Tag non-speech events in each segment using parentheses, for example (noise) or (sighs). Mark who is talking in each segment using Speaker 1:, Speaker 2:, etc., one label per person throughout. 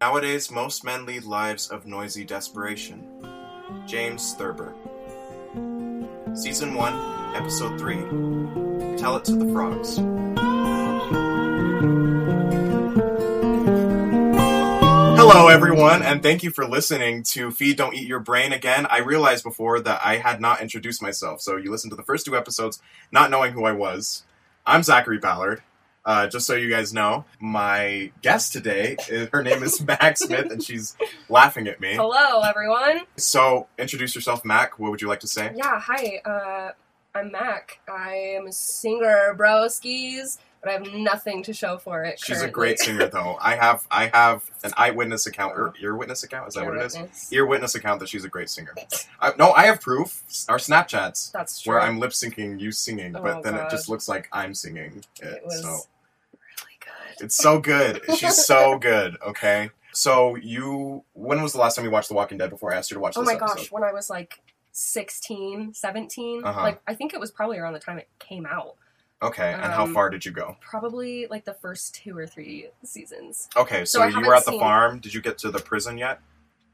Speaker 1: Nowadays, most men lead lives of noisy desperation. James Thurber. Season 1, Episode 3. Tell it to the frogs. Hello, everyone, and thank you for listening to Feed Don't Eat Your Brain again. I realized before that I had not introduced myself, so you listened to the first two episodes not knowing who I was. I'm Zachary Ballard. Uh, just so you guys know, my guest today, is, her name is Mac Smith, and she's laughing at me.
Speaker 2: Hello, everyone.
Speaker 1: So, introduce yourself, Mac. What would you like to say?
Speaker 2: Yeah, hi. Uh, I'm Mac. I am a singer, broskies, but I have nothing to show for it.
Speaker 1: She's a great singer, though. I have I have an eyewitness account or ear witness account. Is that what it is? Ear witness account that she's a great singer. I, no, I have proof. Our Snapchats
Speaker 2: That's true.
Speaker 1: where I'm lip syncing, you singing, but
Speaker 2: Oh,
Speaker 1: then it
Speaker 2: God.
Speaker 1: just looks like I'm singing it.
Speaker 2: It was
Speaker 1: So
Speaker 2: really good.
Speaker 1: it's so good. She's
Speaker 2: (laughs)
Speaker 1: so good. Okay. So you, when was the last time you watched The Walking Dead? Before I asked you to watch
Speaker 2: Oh
Speaker 1: this
Speaker 2: my gosh,
Speaker 1: episode?
Speaker 2: when I was like 16, 17,
Speaker 1: Uh-huh.
Speaker 2: like I think it was probably around the time it came out.
Speaker 1: Okay, and how
Speaker 2: Um,
Speaker 1: far did you go?
Speaker 2: Probably like the first two or three seasons.
Speaker 1: Okay, so,
Speaker 2: so I
Speaker 1: you
Speaker 2: haven't
Speaker 1: were at the
Speaker 2: seen-
Speaker 1: farm. Did you get to the prison yet?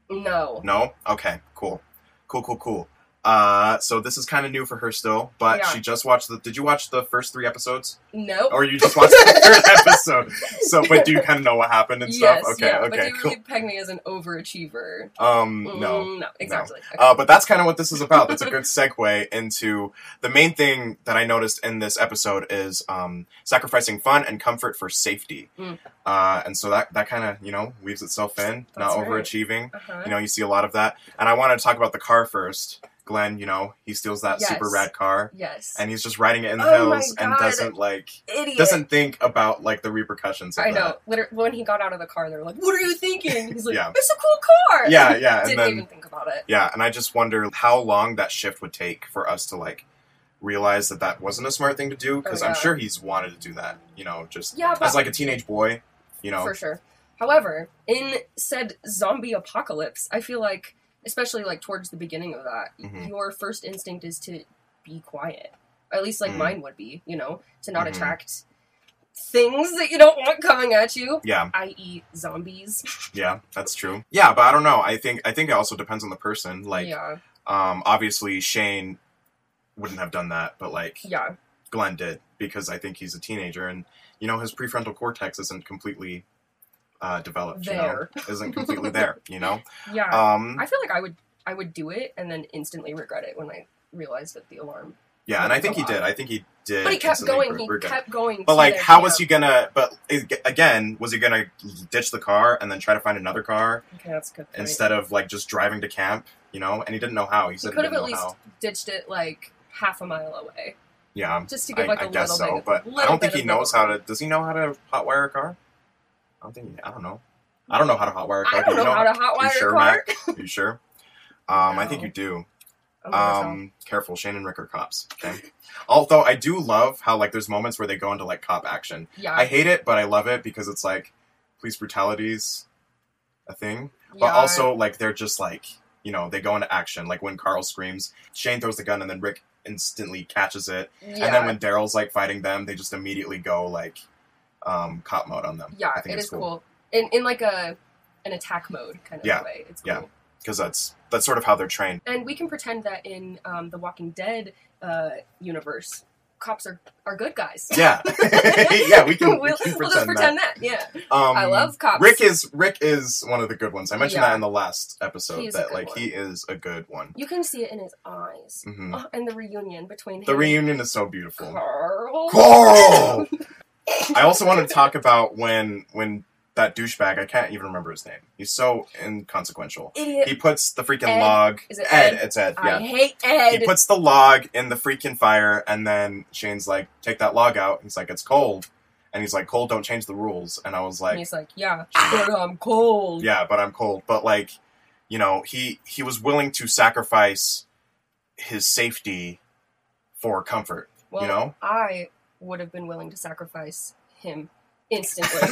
Speaker 2: No.
Speaker 1: No? Okay, cool. Cool, cool, cool. Uh, so this is kind of new for her still, but
Speaker 2: Yeah.
Speaker 1: she just watched the. Did you watch the first three episodes,
Speaker 2: Nope.
Speaker 1: or you just watched the
Speaker 2: (laughs)
Speaker 1: third episode? So, but do you kind of know what happened and
Speaker 2: yes,
Speaker 1: stuff? Okay,
Speaker 2: yeah, but
Speaker 1: okay,
Speaker 2: they
Speaker 1: cool.
Speaker 2: really peg me as an overachiever.
Speaker 1: Um,
Speaker 2: Mm,
Speaker 1: no,
Speaker 2: No, exactly. Okay.
Speaker 1: Uh, but that's kind of what this is about. That's a good segue into the main thing that I noticed in this episode is um, sacrificing fun and comfort for safety.
Speaker 2: Mm.
Speaker 1: Uh, and so that, that kind of, you know, weaves itself in,
Speaker 2: That's
Speaker 1: not
Speaker 2: right.
Speaker 1: overachieving.
Speaker 2: uh-huh.
Speaker 1: You know, you see a lot of that. And I wanted to talk about the car first. Glenn, you know, he steals that
Speaker 2: Yes.
Speaker 1: super rad car
Speaker 2: yes.
Speaker 1: and he's just riding it in the
Speaker 2: Oh my
Speaker 1: hills and
Speaker 2: God.
Speaker 1: doesn't like
Speaker 2: Idiot.
Speaker 1: doesn't think about like the repercussions of
Speaker 2: I know.
Speaker 1: that.
Speaker 2: Liter- when he got out of the car, they were like, "What are you thinking?" He's like,
Speaker 1: Yeah.
Speaker 2: "It's a cool car."
Speaker 1: Yeah,
Speaker 2: (laughs)
Speaker 1: yeah, and
Speaker 2: Didn't
Speaker 1: then-
Speaker 2: even think about it.
Speaker 1: Yeah, and I just wonder how long that shift would take for us to like realize that that wasn't a smart thing to do because
Speaker 2: Oh,
Speaker 1: I'm
Speaker 2: yeah.
Speaker 1: sure he's wanted to do that, you know, just
Speaker 2: Yeah, but
Speaker 1: as like a teenage boy, you know.
Speaker 2: for sure. However, in said zombie apocalypse, I feel like, especially like towards the beginning of that,
Speaker 1: Mhm.
Speaker 2: your first instinct is to be quiet. At least like
Speaker 1: Mm.
Speaker 2: mine would be, you know, to not
Speaker 1: Mhm.
Speaker 2: attract things that you don't want coming at you,
Speaker 1: Yeah,
Speaker 2: i.e., zombies.
Speaker 1: yeah, that's true. Yeah, but I don't know. I think I think it also depends on the person. Like
Speaker 2: yeah,
Speaker 1: um obviously Shane wouldn't have done that, but like
Speaker 2: yeah,
Speaker 1: Glenn did because I think he's a teenager and you know his prefrontal cortex isn't completely uh developed,
Speaker 2: there,
Speaker 1: you know. Isn't completely
Speaker 2: (laughs)
Speaker 1: there, you know.
Speaker 2: yeah.
Speaker 1: Um
Speaker 2: I feel like I would I would do it and then instantly regret it when I realized that the alarm.
Speaker 1: yeah, and I think he
Speaker 2: a lot.
Speaker 1: did. I think he did.
Speaker 2: But he kept
Speaker 1: instantly
Speaker 2: going. He
Speaker 1: regret-
Speaker 2: kept going.
Speaker 1: But
Speaker 2: to
Speaker 1: like,
Speaker 2: their
Speaker 1: how was he
Speaker 2: camp.
Speaker 1: gonna? But is- again, was he gonna ditch the car and then try to find another car
Speaker 2: Okay, that's a good. Point.
Speaker 1: instead of like just driving to camp? You know, and he didn't know how. He
Speaker 2: he
Speaker 1: said he,
Speaker 2: could have
Speaker 1: didn't
Speaker 2: at
Speaker 1: know
Speaker 2: least
Speaker 1: how.
Speaker 2: ditched it like half a mile away,
Speaker 1: Yeah,
Speaker 2: just to
Speaker 1: I,
Speaker 2: give like a
Speaker 1: I guess
Speaker 2: little
Speaker 1: so.
Speaker 2: bit.
Speaker 1: But
Speaker 2: little
Speaker 1: I don't think
Speaker 2: bit
Speaker 1: he
Speaker 2: of
Speaker 1: knows how
Speaker 2: reward.
Speaker 1: to. Does he know how to hotwire a car? I don't think. He, I don't know. I don't know how to hotwire a car.
Speaker 2: I don't
Speaker 1: do you
Speaker 2: know how to
Speaker 1: you
Speaker 2: hotwire
Speaker 1: sure,
Speaker 2: a car.
Speaker 1: Mac? you sure? Um, I think
Speaker 2: No.
Speaker 1: you do.
Speaker 2: Oh my gosh,
Speaker 1: Um, careful, Shane and Rick are cops. Okay. Although I do love how like there's moments where they go into like cop action.
Speaker 2: no. yeah,
Speaker 1: I hate it, but I love it because it's like police brutality's a thing. But
Speaker 2: yeah.
Speaker 1: also like they're just like, you know, they go into action. Like when Carl screams, Shane throws the gun and then Rick instantly catches it.
Speaker 2: yeah.
Speaker 1: And then when Daryl's like fighting them, they just immediately go like um cop mode on them.
Speaker 2: yeah,
Speaker 1: I think
Speaker 2: it
Speaker 1: it's
Speaker 2: is cool. in in like a an attack mode kind of
Speaker 1: Yeah,
Speaker 2: way. It's cool.
Speaker 1: yeah. Because that's that's sort of how they're trained.
Speaker 2: And we can pretend that in um, the Walking Dead uh, universe, cops are, are good guys.
Speaker 1: Yeah. (laughs) yeah,
Speaker 2: (laughs)
Speaker 1: we can, we
Speaker 2: we'll, we'll
Speaker 1: can pretend,
Speaker 2: just pretend that. Yeah.
Speaker 1: that. Um,
Speaker 2: I love cops.
Speaker 1: Rick is Rick is one of the good ones. I mentioned
Speaker 2: Yeah.
Speaker 1: that in the last episode
Speaker 2: He is a
Speaker 1: that
Speaker 2: good
Speaker 1: like
Speaker 2: one.
Speaker 1: he is a good one.
Speaker 2: You can see it in his eyes.
Speaker 1: hmm
Speaker 2: Oh, and the reunion between
Speaker 1: The
Speaker 2: him
Speaker 1: reunion is so
Speaker 2: and
Speaker 1: beautiful.
Speaker 2: Carl. (laughs)
Speaker 1: Carl. I also want to talk about when when that douchebag. I can't even remember his name. He's so inconsequential.
Speaker 2: Idiot.
Speaker 1: He puts the freaking
Speaker 2: Ed?
Speaker 1: log.
Speaker 2: Is it
Speaker 1: Ed?
Speaker 2: Ed?
Speaker 1: It's Ed.
Speaker 2: I
Speaker 1: Yeah.
Speaker 2: hate Ed.
Speaker 1: He puts the log in the freaking fire, and then Shane's like, "Take that log out." He's like, "It's cold," and he's like, "Cold don't change the rules." And I was
Speaker 2: and
Speaker 1: like, Ah.
Speaker 2: he's like, yeah, but I'm cold.
Speaker 1: "Yeah, but I'm cold." But like, you know, he he was willing to sacrifice his safety for comfort. (laughs)
Speaker 2: Well,
Speaker 1: you know.
Speaker 2: I would have been willing to sacrifice him
Speaker 1: (laughs)
Speaker 2: instantly. (laughs)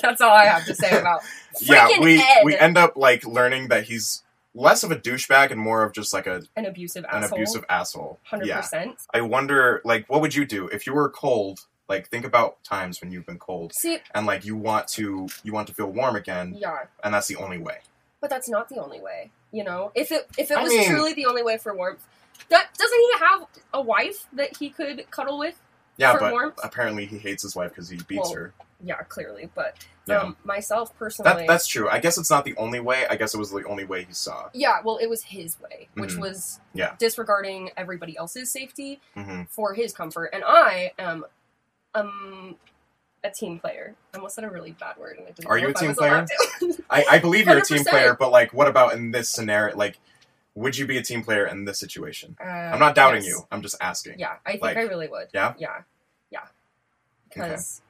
Speaker 2: That's all I have to say about freaking
Speaker 1: yeah, we
Speaker 2: Ed.
Speaker 1: we end up like learning that he's less of a douchebag and more of just like a
Speaker 2: an abusive
Speaker 1: an
Speaker 2: asshole.
Speaker 1: abusive asshole.
Speaker 2: Hundred
Speaker 1: Yeah,
Speaker 2: percent.
Speaker 1: I wonder like what would you do if you were cold Like think about times when you've been cold
Speaker 2: See,
Speaker 1: and like you want to you want to feel warm again,
Speaker 2: yeah,
Speaker 1: and that's the only way.
Speaker 2: but that's not the only way. You know, if it if it
Speaker 1: I
Speaker 2: was
Speaker 1: mean-
Speaker 2: truly the only way for warmth, that doesn't he have a wife that he could cuddle with?
Speaker 1: Yeah,
Speaker 2: For
Speaker 1: but uh,
Speaker 2: warmth?
Speaker 1: apparently he hates his wife because he beats
Speaker 2: Well, oh,
Speaker 1: her.
Speaker 2: Yeah, clearly. But
Speaker 1: Yeah.
Speaker 2: um, myself personally,
Speaker 1: That, that's true. I guess it's not the only way. I guess it was the only way he saw.
Speaker 2: yeah. Well, it was his way, which
Speaker 1: Mhm.
Speaker 2: was
Speaker 1: Yeah.
Speaker 2: disregarding everybody else's safety
Speaker 1: hmm
Speaker 2: for his comfort, and I am um a team player. I almost said a really bad word, and I didn't.
Speaker 1: Are
Speaker 2: know
Speaker 1: you
Speaker 2: if
Speaker 1: a
Speaker 2: I
Speaker 1: team
Speaker 2: was allowed
Speaker 1: (laughs)
Speaker 2: to. (laughs)
Speaker 1: I, I believe you're a team
Speaker 2: 100%.
Speaker 1: player, but like, what about in this scenario? Like, would you be a team player in this situation?
Speaker 2: Uh,
Speaker 1: I'm not doubting
Speaker 2: yes.
Speaker 1: you. I'm just asking.
Speaker 2: Yeah, I think
Speaker 1: Like-
Speaker 2: I really would.
Speaker 1: Yeah?
Speaker 2: Yeah. Yeah. Because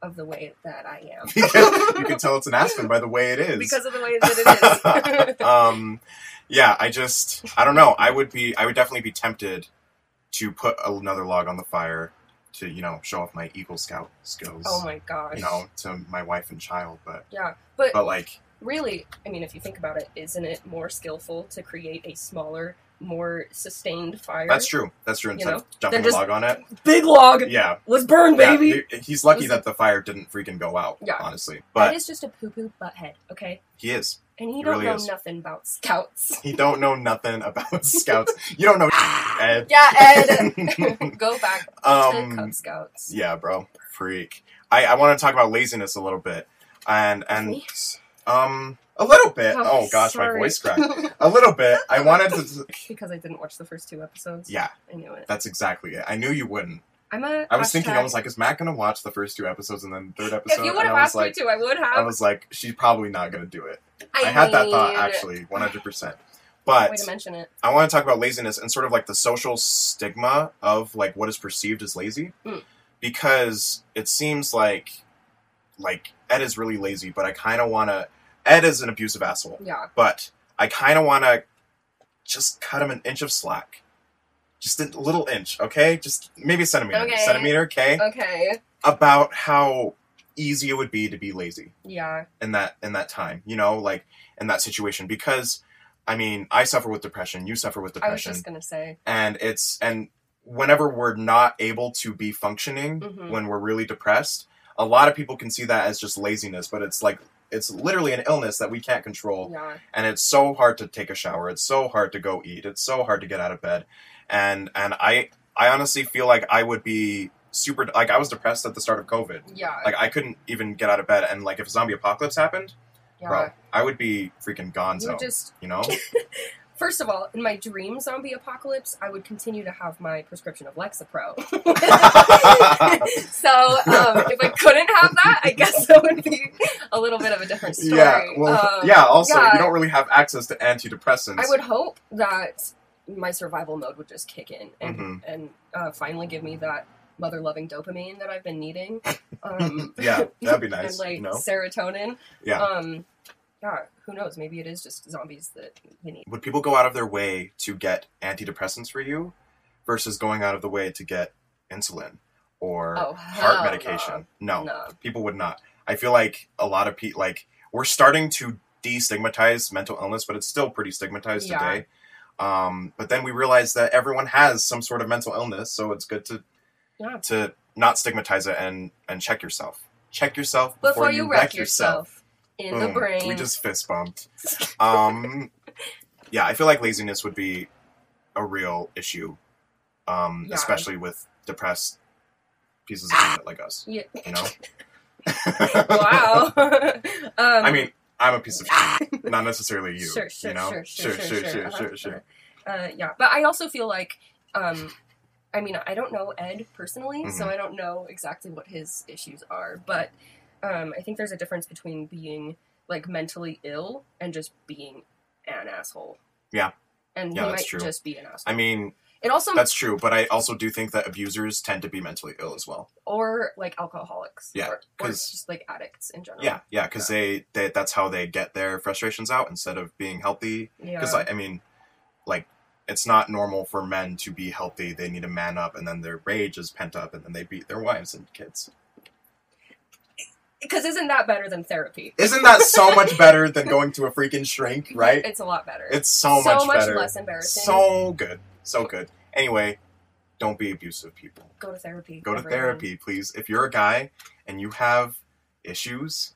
Speaker 2: of the way that I am.
Speaker 1: (laughs) you can tell it's an Aspen by the way it is.
Speaker 2: because of the way that it
Speaker 1: (laughs)
Speaker 2: is. (laughs)
Speaker 1: um, yeah, I just, I don't know. I would be, I would definitely be tempted to put another log on the fire to, you know, show off my Eagle Scout (laughs) skills,
Speaker 2: (laughs) oh my gosh.
Speaker 1: you know, to my wife and child. But,
Speaker 2: Yeah. But
Speaker 1: but like,
Speaker 2: really, I mean, if you think about it, isn't it more skillful to create a smaller, more sustained fire?
Speaker 1: that's true. That's true.
Speaker 2: You
Speaker 1: Instead
Speaker 2: know,
Speaker 1: of dumping
Speaker 2: they're
Speaker 1: a log on it.
Speaker 2: Big log!
Speaker 1: Yeah.
Speaker 2: Let's burn,
Speaker 1: yeah,
Speaker 2: baby!
Speaker 1: he- he's lucky
Speaker 2: Listen.
Speaker 1: that the fire didn't freaking go out,
Speaker 2: Yeah.
Speaker 1: honestly.
Speaker 2: that
Speaker 1: But
Speaker 2: is just a poo poo butthead, okay?
Speaker 1: he is.
Speaker 2: And you
Speaker 1: He
Speaker 2: don't
Speaker 1: really
Speaker 2: know
Speaker 1: is.
Speaker 2: nothing
Speaker 1: (laughs)
Speaker 2: about scouts.
Speaker 1: He don't know nothing about (laughs) scouts. You don't know Ed.
Speaker 2: Yeah, Ah!
Speaker 1: (laughs)
Speaker 2: Ed! (laughs) Go back to
Speaker 1: um,
Speaker 2: Cub Scouts.
Speaker 1: Yeah, bro, freak. I, I want to talk about laziness a little bit, and and um a little bit.
Speaker 2: Oh,
Speaker 1: Oh, gosh, my
Speaker 2: sorry.
Speaker 1: voice cracked a little bit. I wanted to.
Speaker 2: (laughs) because I didn't watch the first two episodes.
Speaker 1: Yeah,
Speaker 2: I knew it.
Speaker 1: that's exactly it. I knew you wouldn't.
Speaker 2: I'm a.
Speaker 1: I was thinking,
Speaker 2: hashtag-
Speaker 1: I was like, is Matt gonna watch the first two episodes and then the third episode?
Speaker 2: if you
Speaker 1: and
Speaker 2: would have
Speaker 1: I was
Speaker 2: asked
Speaker 1: like,
Speaker 2: me to, I would have.
Speaker 1: I was like, she's probably not gonna do it.
Speaker 2: I,
Speaker 1: I, had that thought
Speaker 2: mean,
Speaker 1: actually, one hundred percent. But
Speaker 2: Way to mention it.
Speaker 1: I want to talk about laziness and sort of like the social stigma of like what is perceived as lazy,
Speaker 2: Mm.
Speaker 1: because it seems like like Ed is really lazy, but I kind of want to. Ed is an abusive asshole,
Speaker 2: Yeah.
Speaker 1: but I kind of want to just cut him an inch of slack, just a little inch, okay? Just maybe a centimeter,
Speaker 2: Okay.
Speaker 1: centimeter, okay?
Speaker 2: Okay.
Speaker 1: About how easy it would be to be lazy
Speaker 2: Yeah.
Speaker 1: in that in that time, you know, like in that situation, because. I mean, I suffer with depression. You suffer with
Speaker 2: I was
Speaker 1: depression
Speaker 2: just gonna say.
Speaker 1: and it's and whenever we're not able to be functioning
Speaker 2: Mhm.
Speaker 1: when we're really depressed a lot of people can see that as just laziness but it's like it's literally an illness that we can't control
Speaker 2: Yeah.
Speaker 1: and it's so hard to take a shower it's so hard to go eat it's so hard to get out of bed and and i i honestly feel like i would be super like i was depressed at the start of covid
Speaker 2: Yeah.
Speaker 1: like i couldn't even get out of bed and like if a zombie apocalypse happened
Speaker 2: yeah.
Speaker 1: bro i would be freaking
Speaker 2: you
Speaker 1: gonzo
Speaker 2: would just.
Speaker 1: you know
Speaker 2: First of all, in my dream zombie apocalypse, I would continue to have my prescription of Lexapro. (laughs) so um, if I couldn't have that, I guess that would be a little bit of a different story.
Speaker 1: Yeah, well,
Speaker 2: Um,
Speaker 1: yeah. Also,
Speaker 2: yeah.
Speaker 1: you don't really have access to antidepressants.
Speaker 2: I would hope that my survival mode would just kick in and
Speaker 1: Mhm.
Speaker 2: and uh, finally give me that mother loving dopamine that I've been needing. Um,
Speaker 1: (laughs) Yeah, that'd be
Speaker 2: (laughs) and
Speaker 1: nice.
Speaker 2: like
Speaker 1: you know?
Speaker 2: serotonin.
Speaker 1: Yeah.
Speaker 2: Um, yeah. Who knows? Maybe it is just zombies that we need.
Speaker 1: Would people go out of their way to get antidepressants for you, versus going out of the way to get insulin or
Speaker 2: Oh,
Speaker 1: heart
Speaker 2: hell
Speaker 1: medication? No.
Speaker 2: No. no.
Speaker 1: people would not. I feel like a lot of people like we're starting to destigmatize mental illness, but it's still pretty stigmatized
Speaker 2: Yeah.
Speaker 1: today. Um, but then we realize that everyone has some sort of mental illness, so it's good to
Speaker 2: Yeah.
Speaker 1: to not stigmatize it and and check yourself. Check yourself
Speaker 2: Before, you, wreck yourself, in the
Speaker 1: Boom.
Speaker 2: brain.
Speaker 1: Mm, We just fist
Speaker 2: (laughs)
Speaker 1: bumped. Um, yeah, I feel like laziness would be a real issue, um,
Speaker 2: Yeah.
Speaker 1: especially with depressed pieces of
Speaker 2: (coughs)
Speaker 1: shit like us.
Speaker 2: Yeah.
Speaker 1: You know.
Speaker 2: (laughs)
Speaker 1: (laughs)
Speaker 2: wow. (laughs) um,
Speaker 1: I mean, I'm a piece of
Speaker 2: (laughs)
Speaker 1: shit, not necessarily you.
Speaker 2: Sure, sure,
Speaker 1: you know?
Speaker 2: sure, sure, sure, sure,
Speaker 1: sure,
Speaker 2: uh-huh,
Speaker 1: sure.
Speaker 2: uh, yeah, but I also feel like, um, I mean, I don't know Ed personally, so
Speaker 1: Mhm.
Speaker 2: I don't know exactly what his issues are, but um, I think there's a difference between being like mentally ill and just being an asshole.
Speaker 1: Yeah.
Speaker 2: and
Speaker 1: Yeah,
Speaker 2: he
Speaker 1: that's
Speaker 2: might
Speaker 1: true.
Speaker 2: just be an asshole.
Speaker 1: I mean,
Speaker 2: it also
Speaker 1: that's true, but I also do think that abusers tend to be mentally ill as well.
Speaker 2: or like alcoholics,
Speaker 1: Yeah,
Speaker 2: or, or
Speaker 1: 'cause-
Speaker 2: just like addicts in general.
Speaker 1: Yeah, yeah, because they, they that's how they get their frustrations out instead of being healthy
Speaker 2: yeah,
Speaker 1: Because I, I mean, like, it's not normal for men to be healthy. They need to man up, and then their rage is pent up, and then they beat their wives and kids.
Speaker 2: because isn't that better than therapy? (laughs)
Speaker 1: Isn't that so much better than going to a freaking shrink?
Speaker 2: (laughs)
Speaker 1: Right?
Speaker 2: It's a lot better.
Speaker 1: It's so, much, better.
Speaker 2: less embarrassing.
Speaker 1: So good. So good. Anyway, don't be abusive people.
Speaker 2: Go to therapy.
Speaker 1: Go to
Speaker 2: everyone.
Speaker 1: therapy, please. If you're a guy and you have issues,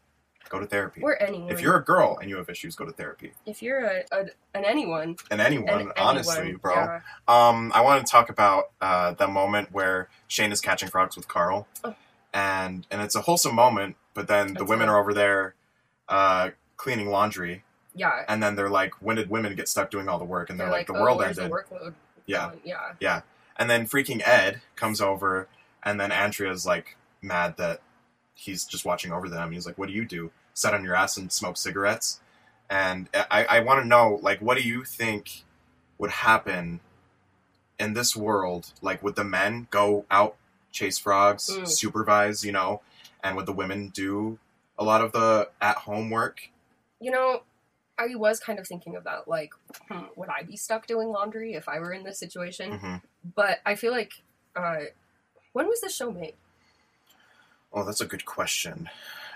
Speaker 1: go to therapy.
Speaker 2: Or anyone.
Speaker 1: If you're a girl and you have issues, go to therapy.
Speaker 2: if you're a, a an anyone,
Speaker 1: And
Speaker 2: an
Speaker 1: anyone,
Speaker 2: anyone,
Speaker 1: honestly, bro.
Speaker 2: yeah.
Speaker 1: Um, I want to talk about uh, the moment where Shane is catching frogs with Carl,
Speaker 2: Oh.
Speaker 1: and and it's a wholesome moment. But then the
Speaker 2: That's
Speaker 1: women
Speaker 2: right.
Speaker 1: are over there uh, cleaning laundry,
Speaker 2: Yeah,
Speaker 1: and then they're like, "When did women get stuck doing all the work?" And they're, like, "The
Speaker 2: oh,
Speaker 1: world
Speaker 2: where's
Speaker 1: ended."
Speaker 2: The workload.
Speaker 1: Yeah.
Speaker 2: gone? yeah.
Speaker 1: And then freaking Ed comes over, and then Andrea's like mad that he's just watching over them. He's like, "What do you do? Sit on your ass and smoke cigarettes?" And I, I want to know, like, what do you think would happen in this world? Like, would the men go out chase frogs,
Speaker 2: Mm.
Speaker 1: supervise, you know, and would the women do a lot of the at home work?
Speaker 2: You know, I was kind of thinking of that. Like, hmm, would I be stuck doing laundry if I were in this situation?
Speaker 1: hmm
Speaker 2: But I feel like, uh, when was the show made?
Speaker 1: Oh, that's a good question.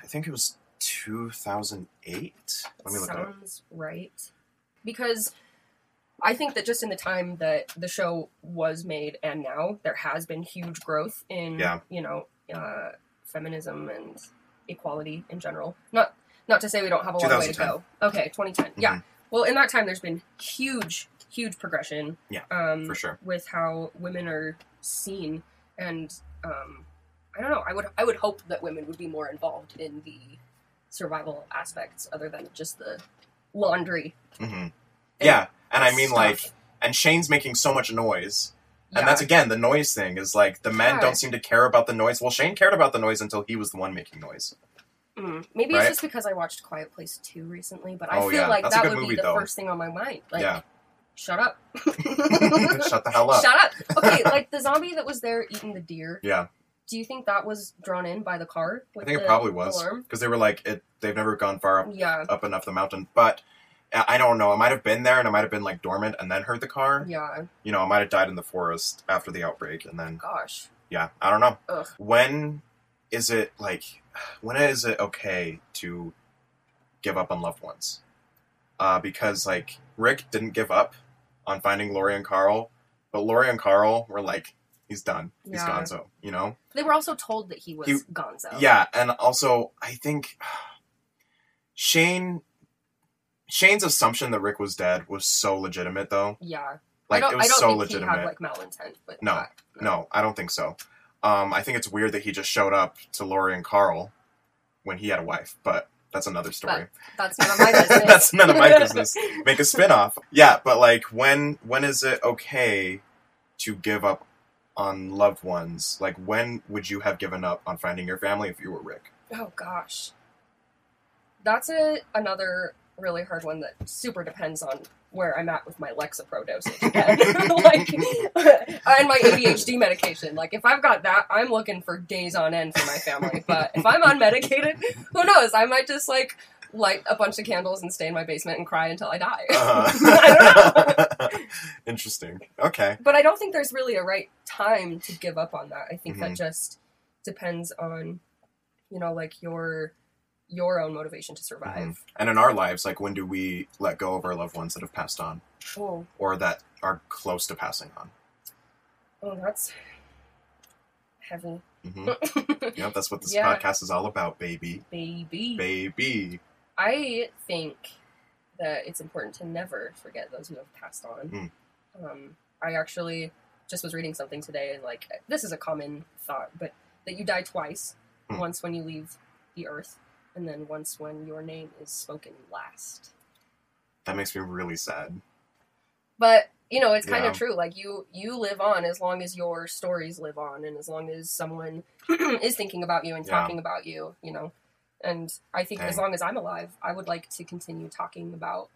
Speaker 1: I think it was 2008. Let me look it up.
Speaker 2: Sounds right. Because I think that just in the time that the show was made and now, there has been huge growth in
Speaker 1: Yeah.
Speaker 2: you know uh, feminism and equality in general. Not not to say we don't have a long way to go. Okay, 2010.
Speaker 1: Mm-hmm.
Speaker 2: Yeah. Well, in that time, there's been huge, huge progression.
Speaker 1: Yeah,
Speaker 2: Um,
Speaker 1: For sure.
Speaker 2: with how women are seen and um, I don't know. I would I would hope that women would be more involved in the survival aspects other than just the laundry.
Speaker 1: hmm
Speaker 2: and
Speaker 1: Yeah, and I mean
Speaker 2: stuff.
Speaker 1: like, and Shane's making so much noise,
Speaker 2: yeah,
Speaker 1: and that's again the noise thing is like the men
Speaker 2: Yeah.
Speaker 1: don't seem to care about the noise. Well, Shane cared about the noise until he was the one making
Speaker 2: (laughs)
Speaker 1: noise.
Speaker 2: mm. maybe
Speaker 1: right?
Speaker 2: it's just because I watched Quiet Place 2 recently, but I
Speaker 1: Oh,
Speaker 2: feel
Speaker 1: yeah.
Speaker 2: like
Speaker 1: That's a
Speaker 2: that
Speaker 1: good
Speaker 2: would
Speaker 1: movie,
Speaker 2: be the
Speaker 1: though.
Speaker 2: first thing on my mind. Like
Speaker 1: Yeah.
Speaker 2: shut up.
Speaker 1: (laughs)
Speaker 2: (laughs)
Speaker 1: Shut the hell up.
Speaker 2: Shut up. Okay, like the zombie that was there eating the deer.
Speaker 1: Yeah.
Speaker 2: Do you think that was drawn in by the car?
Speaker 1: I
Speaker 2: with
Speaker 1: think it
Speaker 2: the
Speaker 1: probably was
Speaker 2: alarm?
Speaker 1: because they were like it. They've never gone far up,
Speaker 2: Yeah.
Speaker 1: up enough the mountain, but. I I don't know. I might have been there, and I might have been like dormant, and then heard the car.
Speaker 2: Yeah.
Speaker 1: You know, I might have died in the forest after the outbreak, and then
Speaker 2: Gosh.
Speaker 1: yeah, I don't know.
Speaker 2: Ugh.
Speaker 1: When is it like when is it okay to give up on loved ones? Uh, because like Rick didn't give up on finding Lori and Carl, but Lori and Carl were like, he's done, he's
Speaker 2: Yeah.
Speaker 1: gonzo, you know?
Speaker 2: They were also told that he was
Speaker 1: He-
Speaker 2: Gonzo.
Speaker 1: Yeah, and also I think Shane Shane's assumption that Rick was dead was so legitimate though.
Speaker 2: Yeah.
Speaker 1: Like
Speaker 2: I don't,
Speaker 1: it was
Speaker 2: I don't
Speaker 1: so
Speaker 2: think
Speaker 1: legitimate.
Speaker 2: he had like malintent with
Speaker 1: No,
Speaker 2: that.
Speaker 1: No, I don't think so. Um, I think it's weird that he just showed up to Lori and Carl when he had a wife, but that's another story.
Speaker 2: That's none
Speaker 1: (laughs)
Speaker 2: of my business.
Speaker 1: That's none of my business. Make a spin-off. Yeah, but like when when is it okay to give up on loved ones? Like when would you have given up on finding your family if you were
Speaker 2: (laughs)
Speaker 1: Rick?
Speaker 2: (laughs) oh gosh. That's a another really hard one that super depends on where I'm at with my Lexapro dosage again. (laughs) like and my ADHD medication. Like if I've got that, I'm looking for days on end for my family. But if I'm unmedicated, (laughs) who knows? I might just like light a bunch of candles and stay in my basement and cry until I die. (laughs)
Speaker 1: Uh,
Speaker 2: I don't know.
Speaker 1: (laughs) Interesting. Okay.
Speaker 2: but I don't think there's really a right time to give up on that. I think
Speaker 1: Mhm.
Speaker 2: that just depends on, you know, like your your own motivation to survive.
Speaker 1: And in our lives, like when do we let go of our loved ones that have passed on
Speaker 2: Oh,
Speaker 1: or that are close to passing on?
Speaker 2: oh, that's heavy, (laughs)
Speaker 1: hmm Yep, that's what this
Speaker 2: Yeah.
Speaker 1: podcast is all about, baby.
Speaker 2: baby.
Speaker 1: Baby.
Speaker 2: I think that it's important to never forget those who have passed on.
Speaker 1: Mm.
Speaker 2: Um, I actually just was reading something today, and like this is a common thought, but that you die twice
Speaker 1: Mm.
Speaker 2: once when you leave the earth, and then once when your name is spoken last.
Speaker 1: That makes me really sad.
Speaker 2: But you know, it's kind
Speaker 1: Yeah.
Speaker 2: of true. Like you, you live on as long as your stories live on, and as long as someone (clears throat) is thinking about you and
Speaker 1: Yeah.
Speaker 2: talking about you, you know. And I think as
Speaker 1: Dang.
Speaker 2: long as I'm alive, I would like to continue talking about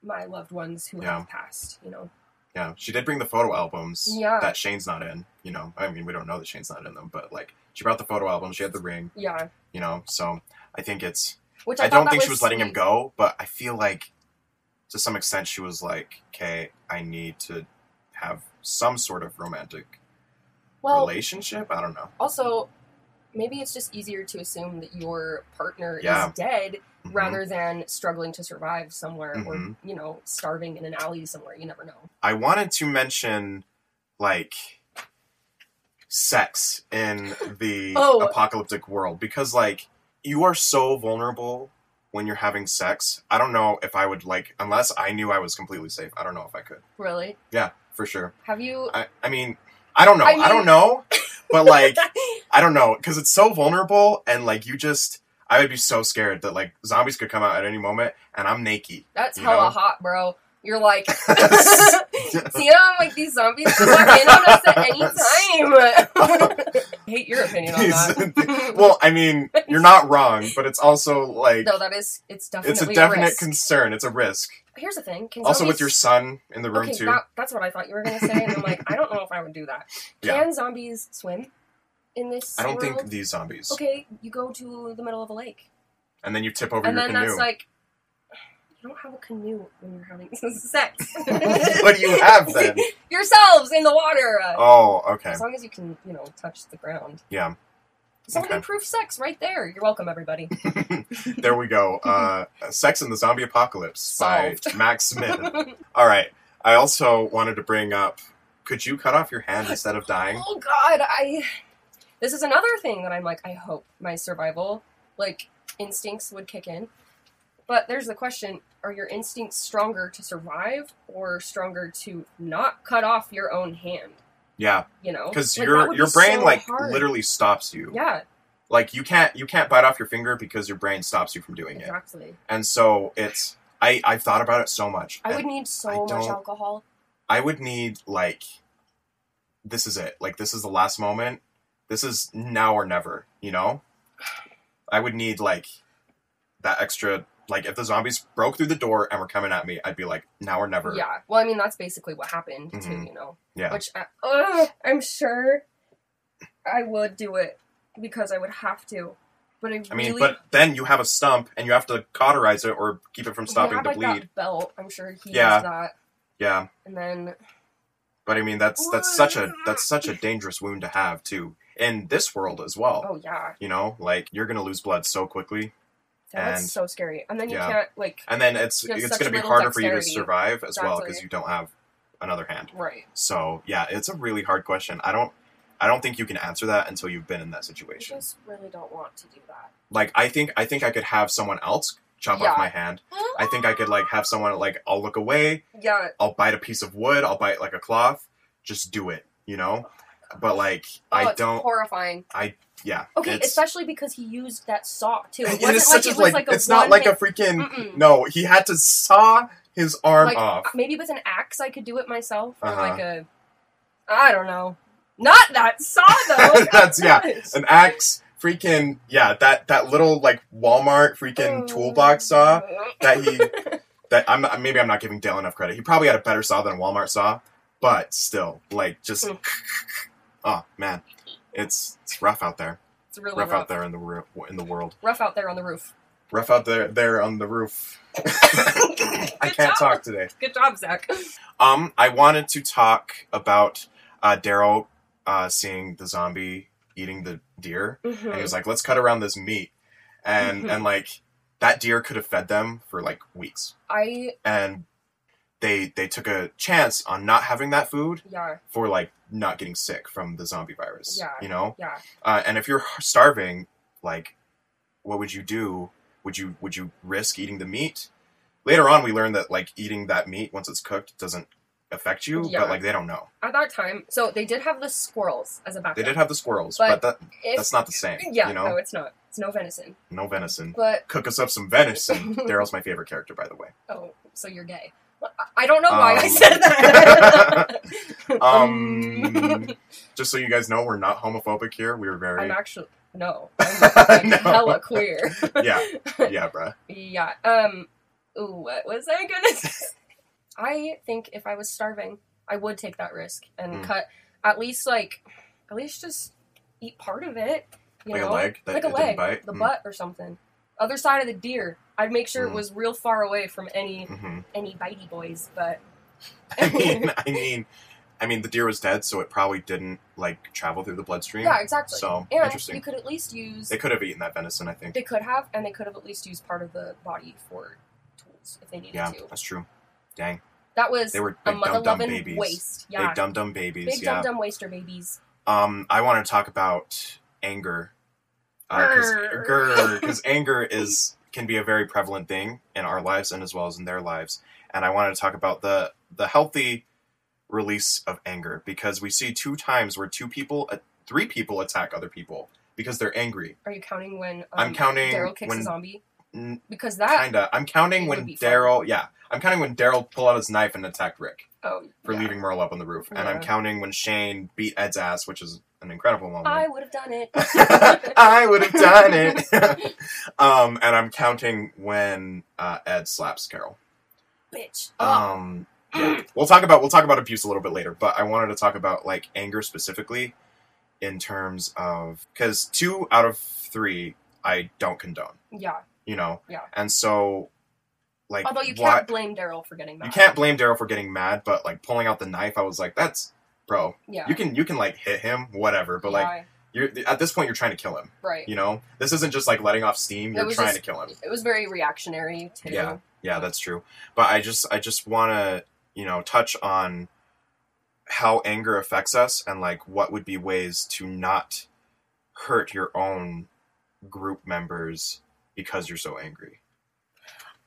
Speaker 2: my loved ones who
Speaker 1: Yeah.
Speaker 2: have passed. You know,
Speaker 1: Yeah, she did bring the photo albums
Speaker 2: Yeah.
Speaker 1: that Shane's not in. You know, I mean, we don't know that Shane's not in them, but like, she brought the photo album. She had the ring.
Speaker 2: yeah.
Speaker 1: You know, so I think it's.
Speaker 2: Which I,
Speaker 1: I,
Speaker 2: thought
Speaker 1: don't
Speaker 2: that
Speaker 1: think she was letting him
Speaker 2: sweet.
Speaker 1: go, but I feel like, to some extent, she was like, "Okay, I need to have some sort of romantic
Speaker 2: Well,
Speaker 1: relationship." I don't know.
Speaker 2: also maybe it's just easier to assume that your partner
Speaker 1: Yeah.
Speaker 2: is dead
Speaker 1: Mhm.
Speaker 2: rather than struggling to survive somewhere or
Speaker 1: Mhm.
Speaker 2: you know starving in an alley somewhere. You never know.
Speaker 1: I wanted to mention like sex in the
Speaker 2: Oh.
Speaker 1: apocalyptic world because like you are so vulnerable when you're having sex. I don't know if I would like unless I knew I was completely safe. I don't know if I could.
Speaker 2: Really?
Speaker 1: Yeah, for sure.
Speaker 2: Have you?
Speaker 1: I I mean, I don't know.
Speaker 2: I
Speaker 1: I,
Speaker 2: mean-
Speaker 1: don't
Speaker 2: (laughs)
Speaker 1: know. But like I don't know cuz it's so vulnerable and like you just I would be so scared that like zombies could come out at any moment and I'm
Speaker 2: (laughs)
Speaker 1: naked. (laughs)
Speaker 2: That's
Speaker 1: you
Speaker 2: hella
Speaker 1: know?
Speaker 2: hot, bro. You're like,
Speaker 1: (laughs)
Speaker 2: (laughs) see, I'm like these zombies can walk in on us at
Speaker 1: (laughs)
Speaker 2: any time. (laughs) hate your opinion on that.
Speaker 1: (laughs) well, I
Speaker 2: (laughs)
Speaker 1: mean, you're not wrong, but it's also like
Speaker 2: no, that is it's definitely
Speaker 1: it's a definite
Speaker 2: risk.
Speaker 1: concern. It's a risk.
Speaker 2: Here's the thing. Can
Speaker 1: Also, with your son
Speaker 2: zombies-
Speaker 1: in the room
Speaker 2: okay,
Speaker 1: too.
Speaker 2: that- that's what I thought you were gonna say, and I'm like, I don't know if I would do that.
Speaker 1: (laughs) Yeah.
Speaker 2: Can zombies swim in this?
Speaker 1: I don't think
Speaker 2: world?
Speaker 1: these zombies.
Speaker 2: Okay, you go to the middle of a lake,
Speaker 1: And then you tip over
Speaker 2: and
Speaker 1: your
Speaker 2: then
Speaker 1: canoe.
Speaker 2: that's like, you don't have a canoe when you're having (laughs) sex.
Speaker 1: (laughs) what do you have (laughs) then?
Speaker 2: (laughs) Yourselves in the water. uh,
Speaker 1: Oh,
Speaker 2: (laughs)
Speaker 1: okay.
Speaker 2: As long as you can, you know, touch the ground.
Speaker 1: Yeah.
Speaker 2: Someone
Speaker 1: Okay.
Speaker 2: improved sex right there. You're
Speaker 1: (laughs)
Speaker 2: welcome, everybody.
Speaker 1: There we go. Uh, Sex in the Zombie Apocalypse by (laughs) Max
Speaker 2: (laughs)
Speaker 1: Smith.
Speaker 2: oh
Speaker 1: All right. I also wanted to bring up could you cut off your hand instead of dying?
Speaker 2: Oh, God, I. This is another thing that I'm like. I hope my survival, like instincts, would kick in. But there's the question: Are your instincts stronger to survive or stronger to not cut off your own hand?
Speaker 1: Yeah,
Speaker 2: You know,
Speaker 1: because
Speaker 2: Oh, Like, that would
Speaker 1: your
Speaker 2: be
Speaker 1: your brain
Speaker 2: so
Speaker 1: like
Speaker 2: hard.
Speaker 1: literally stops you.
Speaker 2: Yeah,
Speaker 1: Like you can't you can't bite off your finger because your brain stops you from doing it.
Speaker 2: exactly.
Speaker 1: And so it's I I've thought about it so much.
Speaker 2: I
Speaker 1: and
Speaker 2: would need so
Speaker 1: I
Speaker 2: much
Speaker 1: don't-
Speaker 2: alcohol.
Speaker 1: I would need like this is it. Like this is the last moment. This is now or never, you know? I would need like that extra like if the zombies broke through the door and were coming at me, I'd be like now or never.
Speaker 2: Yeah. Well, I mean, that's basically what happened
Speaker 1: Mhm.
Speaker 2: to you know.
Speaker 1: Yeah.
Speaker 2: Which I, ugh, I'm sure I would do it because I would have to, but I,
Speaker 1: I mean,
Speaker 2: really
Speaker 1: but then you have a stump and you have to cauterize it or keep it from stopping
Speaker 2: had,
Speaker 1: to
Speaker 2: like,
Speaker 1: bleed.
Speaker 2: That belt. I'm sure he
Speaker 1: Yeah.
Speaker 2: used that,
Speaker 1: Yeah.
Speaker 2: and then
Speaker 1: But I mean that's that's such a that's such a dangerous wound to have too in this world as well.
Speaker 2: oh yeah,
Speaker 1: You know, like you're gonna lose blood so quickly,
Speaker 2: that's
Speaker 1: And-
Speaker 2: so scary. And then you
Speaker 1: yeah.
Speaker 2: can't like
Speaker 1: and then it's
Speaker 2: You have
Speaker 1: it's
Speaker 2: such
Speaker 1: gonna be
Speaker 2: little
Speaker 1: harder for you to
Speaker 2: dexterity.
Speaker 1: survive as well because
Speaker 2: Exactly.
Speaker 1: you don't have another hand.
Speaker 2: right.
Speaker 1: So yeah, it's a really hard question. I don't I don't think you can answer that until you've been in that
Speaker 2: I
Speaker 1: situation.
Speaker 2: just really don't want to do that.
Speaker 1: Like I think I think I could have someone else chop
Speaker 2: Yeah.
Speaker 1: off my hand. I think I could like have someone like I'll look away,
Speaker 2: Yeah.
Speaker 1: I'll bite a piece of wood, I'll bite like a cloth, just do it, you know? But like
Speaker 2: Oh,
Speaker 1: I
Speaker 2: it's
Speaker 1: don't
Speaker 2: Horrifying.
Speaker 1: yeah.
Speaker 2: Okay,
Speaker 1: it's,
Speaker 2: especially because he used that saw too.
Speaker 1: (laughs) it
Speaker 2: It wasn't
Speaker 1: is
Speaker 2: like
Speaker 1: such
Speaker 2: it
Speaker 1: a,
Speaker 2: was
Speaker 1: like,
Speaker 2: like, a
Speaker 1: it's not like a freaking
Speaker 2: Mm-mm.
Speaker 1: no, he had to saw his arm
Speaker 2: like,
Speaker 1: off.
Speaker 2: Maybe with an axe I could do it myself. Or
Speaker 1: Uh-huh.
Speaker 2: like a I don't know. Not that saw
Speaker 1: (laughs)
Speaker 2: though.
Speaker 1: That's- yeah.
Speaker 2: Gosh.
Speaker 1: an axe freaking yeah that that little like walmart freaking
Speaker 2: Oh.
Speaker 1: toolbox saw that he that i'm not- maybe i'm not giving dale enough credit he probably had a better saw than a walmart saw but still like just (laughs)
Speaker 2: Mm.
Speaker 1: oh man it's it's rough out there
Speaker 2: It's really
Speaker 1: rough,
Speaker 2: rough.
Speaker 1: out there in the ru- in the world
Speaker 2: Rough out there on the roof.
Speaker 1: rough out there there on the roof i
Speaker 2: Good
Speaker 1: can't
Speaker 2: job.
Speaker 1: talk today
Speaker 2: Good job, Zach.
Speaker 1: um i wanted to talk about uh daryl uh seeing the zombie eating the deer and he was like, "Let's cut around this meat," and
Speaker 2: Mhm.
Speaker 1: and like that deer could have fed them for like weeks,
Speaker 2: I
Speaker 1: and they they took a chance on not having that food
Speaker 2: yeah
Speaker 1: for like not getting sick from the zombie virus.
Speaker 2: Yeah.
Speaker 1: you know.
Speaker 2: yeah
Speaker 1: Uh, and if you're starving, like, what would you do? Would you would you risk eating the meat? Later on, we learned that like eating that meat once it's cooked doesn't affect you,
Speaker 2: Yeah.
Speaker 1: but like they don't know.
Speaker 2: at that time. So they did have the squirrels as a backup.
Speaker 1: They did have the squirrels,
Speaker 2: But
Speaker 1: but, that,
Speaker 2: If-
Speaker 1: that's not the same.
Speaker 2: yeah.
Speaker 1: you
Speaker 2: No,
Speaker 1: know,
Speaker 2: it's not. It's no venison.
Speaker 1: no venison.
Speaker 2: But
Speaker 1: cook us up some
Speaker 2: (laughs)
Speaker 1: venison. Daryl's my favorite character, by the way.
Speaker 2: oh, so you're gay. I- I don't know why Oh, I
Speaker 1: Um.
Speaker 2: said
Speaker 1: (laughs)
Speaker 2: that. (laughs)
Speaker 1: Um, just so you guys know, we're not homophobic here. We were very
Speaker 2: I'm actually no. I'm
Speaker 1: (laughs)
Speaker 2: like,
Speaker 1: No.
Speaker 2: hella queer. (laughs)
Speaker 1: yeah, yeah, bruh.
Speaker 2: Yeah. Um. Ooh, what was
Speaker 1: (laughs)
Speaker 2: I gonna say? I think if I was starving, I would take that risk and
Speaker 1: Mm.
Speaker 2: cut at least like at least just eat part of it. You
Speaker 1: Like a
Speaker 2: know?
Speaker 1: leg that
Speaker 2: like a
Speaker 1: it didn't
Speaker 2: leg,
Speaker 1: bite?
Speaker 2: the
Speaker 1: Mm.
Speaker 2: butt or something. Other side of the deer. I'd make sure it
Speaker 1: Mm.
Speaker 2: was real far away from any (laughs)
Speaker 1: hmm
Speaker 2: any bitey boys, but
Speaker 1: (laughs) I mean, I mean, I mean, the deer was dead, so it probably didn't like travel through the bloodstream.
Speaker 2: (laughs) yeah, exactly.
Speaker 1: So
Speaker 2: and
Speaker 1: interesting.
Speaker 2: you could at least use
Speaker 1: They could have eaten that venison, I think.
Speaker 2: they could have, and they could have at least used part of the body for tools if they needed
Speaker 1: Yeah,
Speaker 2: to.
Speaker 1: that's true. Dang,
Speaker 2: That was
Speaker 1: they were big
Speaker 2: a
Speaker 1: dumb dumb
Speaker 2: mother-loving
Speaker 1: babies.
Speaker 2: waste. Yeah,
Speaker 1: Big dumb dumb babies.
Speaker 2: Big
Speaker 1: yeah.
Speaker 2: dumb dumb waster babies.
Speaker 1: Um, I want to talk about anger uh, because
Speaker 2: Grr.
Speaker 1: because anger is can be a very prevalent thing in our lives and as well as in their lives. And I wanted to talk about the the healthy release of anger because we see two times where two people, uh, three people attack other people because they're angry.
Speaker 2: Are you counting when um,
Speaker 1: I'm counting
Speaker 2: Daryl kicks
Speaker 1: when-
Speaker 2: a zombie?
Speaker 1: N-
Speaker 2: Because that.
Speaker 1: Kinda. I'm
Speaker 2: Ah. It
Speaker 1: counting
Speaker 2: would
Speaker 1: when
Speaker 2: be fun.
Speaker 1: Daryl. Yeah, I'm counting when Daryl pulled out his knife and attacked Rick
Speaker 2: Oh,
Speaker 1: for
Speaker 2: yeah.
Speaker 1: leaving Merle up on the roof, and I'm
Speaker 2: Yeah.
Speaker 1: counting when Shane beat Ed's ass, which is an incredible moment.
Speaker 2: I would have
Speaker 1: (laughs)
Speaker 2: done it.
Speaker 1: I would have done it. (laughs) um, and I'm counting when uh, Ed slaps Carol.
Speaker 2: Bitch. Oh.
Speaker 1: (laughs) Um, yeah. we'll talk about we'll talk about abuse a little bit later, but I wanted to talk about like anger specifically in terms of because two out of three I don't condone.
Speaker 2: yeah.
Speaker 1: You know.
Speaker 2: Yeah.
Speaker 1: And so, like,
Speaker 2: Although you
Speaker 1: why-
Speaker 2: can't blame Daryl for getting mad.
Speaker 1: you can't blame Daryl for getting mad, but like pulling out the knife, I was like, that's bro.
Speaker 2: Yeah.
Speaker 1: You can you can like hit him, whatever, but like
Speaker 2: Yeah,
Speaker 1: you're at this point you're trying to kill him.
Speaker 2: right.
Speaker 1: You know, this isn't just like letting off steam. You're
Speaker 2: was
Speaker 1: trying
Speaker 2: just-
Speaker 1: to kill him.
Speaker 2: It was very reactionary too.
Speaker 1: Yeah. Yeah, that's true. But I just, I just want to, you know, touch on how anger affects us and like what would be ways to not hurt your own group members because you're so angry.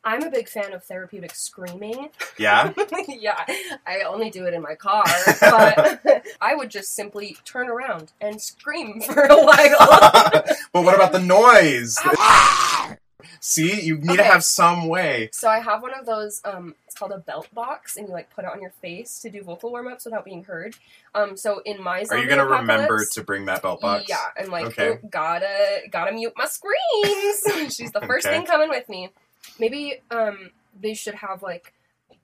Speaker 2: I'm a big fan of therapeutic screaming. (laughs)
Speaker 1: Yeah.
Speaker 2: yeah. I only do it in
Speaker 1: (laughs)
Speaker 2: my car, but (laughs) I would just simply turn around and scream for a while.
Speaker 1: but what about the noise? See, you need to
Speaker 2: Ah! Okay.
Speaker 1: have some way.
Speaker 2: So I have one of those. Um, it's called a belt box, and you like put it on your face to do vocal warm ups without being heard. Um, so in my
Speaker 1: Are
Speaker 2: zombie
Speaker 1: you gonna remember
Speaker 2: apocalypse-
Speaker 1: to bring that belt box?
Speaker 2: Yeah, I'm like
Speaker 1: Okay.
Speaker 2: "Oh, gotta gotta mute my screams. (laughs) She's the first
Speaker 1: Okay.
Speaker 2: thing coming with me. Maybe um they should have like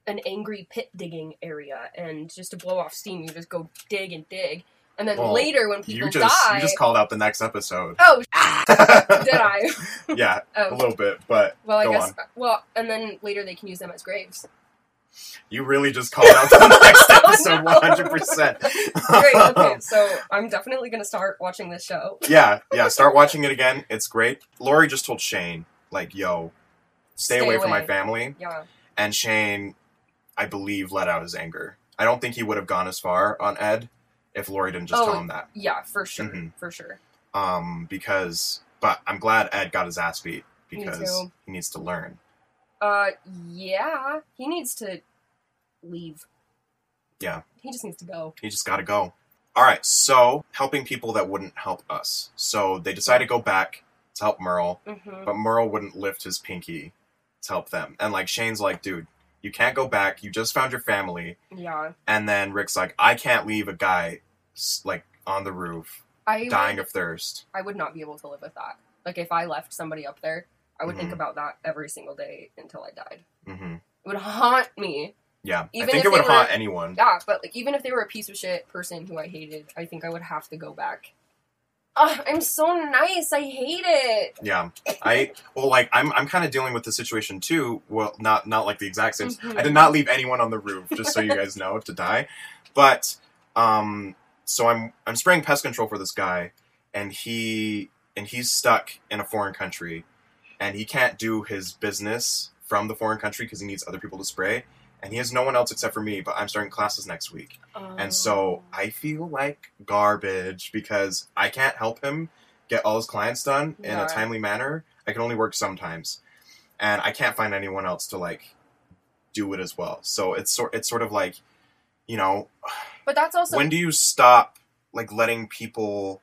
Speaker 2: an angry pit digging area, and just to blow off steam, you just go dig and dig, and then
Speaker 1: Well,
Speaker 2: later when people
Speaker 1: You just,
Speaker 2: die, Ah!
Speaker 1: you just called out the next episode.
Speaker 2: oh (laughs) did (laughs) I?
Speaker 1: (laughs) yeah, a
Speaker 2: Oh,
Speaker 1: little bit, but
Speaker 2: well I
Speaker 1: go
Speaker 2: guess well, and then later they can use them as graves.
Speaker 1: You really just called out the
Speaker 2: (laughs)
Speaker 1: next
Speaker 2: Oh,
Speaker 1: episode
Speaker 2: no.
Speaker 1: one hundred percent. (laughs)
Speaker 2: Great. Okay, so I'm definitely gonna start watching this show.
Speaker 1: Yeah, yeah. Start watching it again. It's great. Lori just told Shane, like, "Yo, stay,
Speaker 2: Stay
Speaker 1: away, from my
Speaker 2: away.
Speaker 1: family."
Speaker 2: Yeah.
Speaker 1: And Shane, I believe, let out his anger. I don't think he would have gone as far on Ed if Lori didn't just
Speaker 2: Oh.
Speaker 1: tell him that.
Speaker 2: Yeah, for sure.
Speaker 1: Mhm.
Speaker 2: For sure.
Speaker 1: Um, because, but I'm glad Ed got his ass beat
Speaker 2: Me
Speaker 1: because
Speaker 2: too.
Speaker 1: he needs to learn.
Speaker 2: Uh yeah. He needs to leave.
Speaker 1: Yeah.
Speaker 2: He just needs to go.
Speaker 1: He just got to go. All right. So helping people that wouldn't help us. So they decide to go back to help Merle.
Speaker 2: Mm-hmm.
Speaker 1: But Merle wouldn't lift his pinky to help them. And like Shane's like, dude, you can't go back. You just found your family.
Speaker 2: Yeah.
Speaker 1: And then Rick's like, I can't leave a guy s- like on the roof
Speaker 2: I
Speaker 1: dying
Speaker 2: would,
Speaker 1: of thirst.
Speaker 2: I would not be able to live with that. Like if I left somebody up there, I would think
Speaker 1: Mhm.
Speaker 2: about that every single day until I died.
Speaker 1: hmm
Speaker 2: It would haunt me.
Speaker 1: Yeah,
Speaker 2: Even
Speaker 1: I
Speaker 2: if
Speaker 1: think it would
Speaker 2: they were-
Speaker 1: haunt anyone.
Speaker 2: Yeah, but like even if they were a piece of shit person who I hated, I think I would have to go back. Ugh, I'm so nice. I hate it.
Speaker 1: Yeah, I well, like I'm I'm kind of dealing with the situation too. Well, not not like the exact same.
Speaker 2: Mhm.
Speaker 1: I did not leave anyone on the roof, just so you guys know, to die. But um, so I'm I'm spraying pest control for this guy, and he and he's stuck in a foreign country, and he can't do his business from the foreign country because he needs other people to spray, and he has no one else except for me. But I'm starting classes next week,
Speaker 2: Oh.
Speaker 1: and so I feel like garbage because I can't help him get all his clients done in
Speaker 2: Yeah.
Speaker 1: a timely manner. I can only work sometimes, and I can't find anyone else to like do it as well. So it's sort it's sort of like, you know,
Speaker 2: but that's also
Speaker 1: when do you stop like letting people,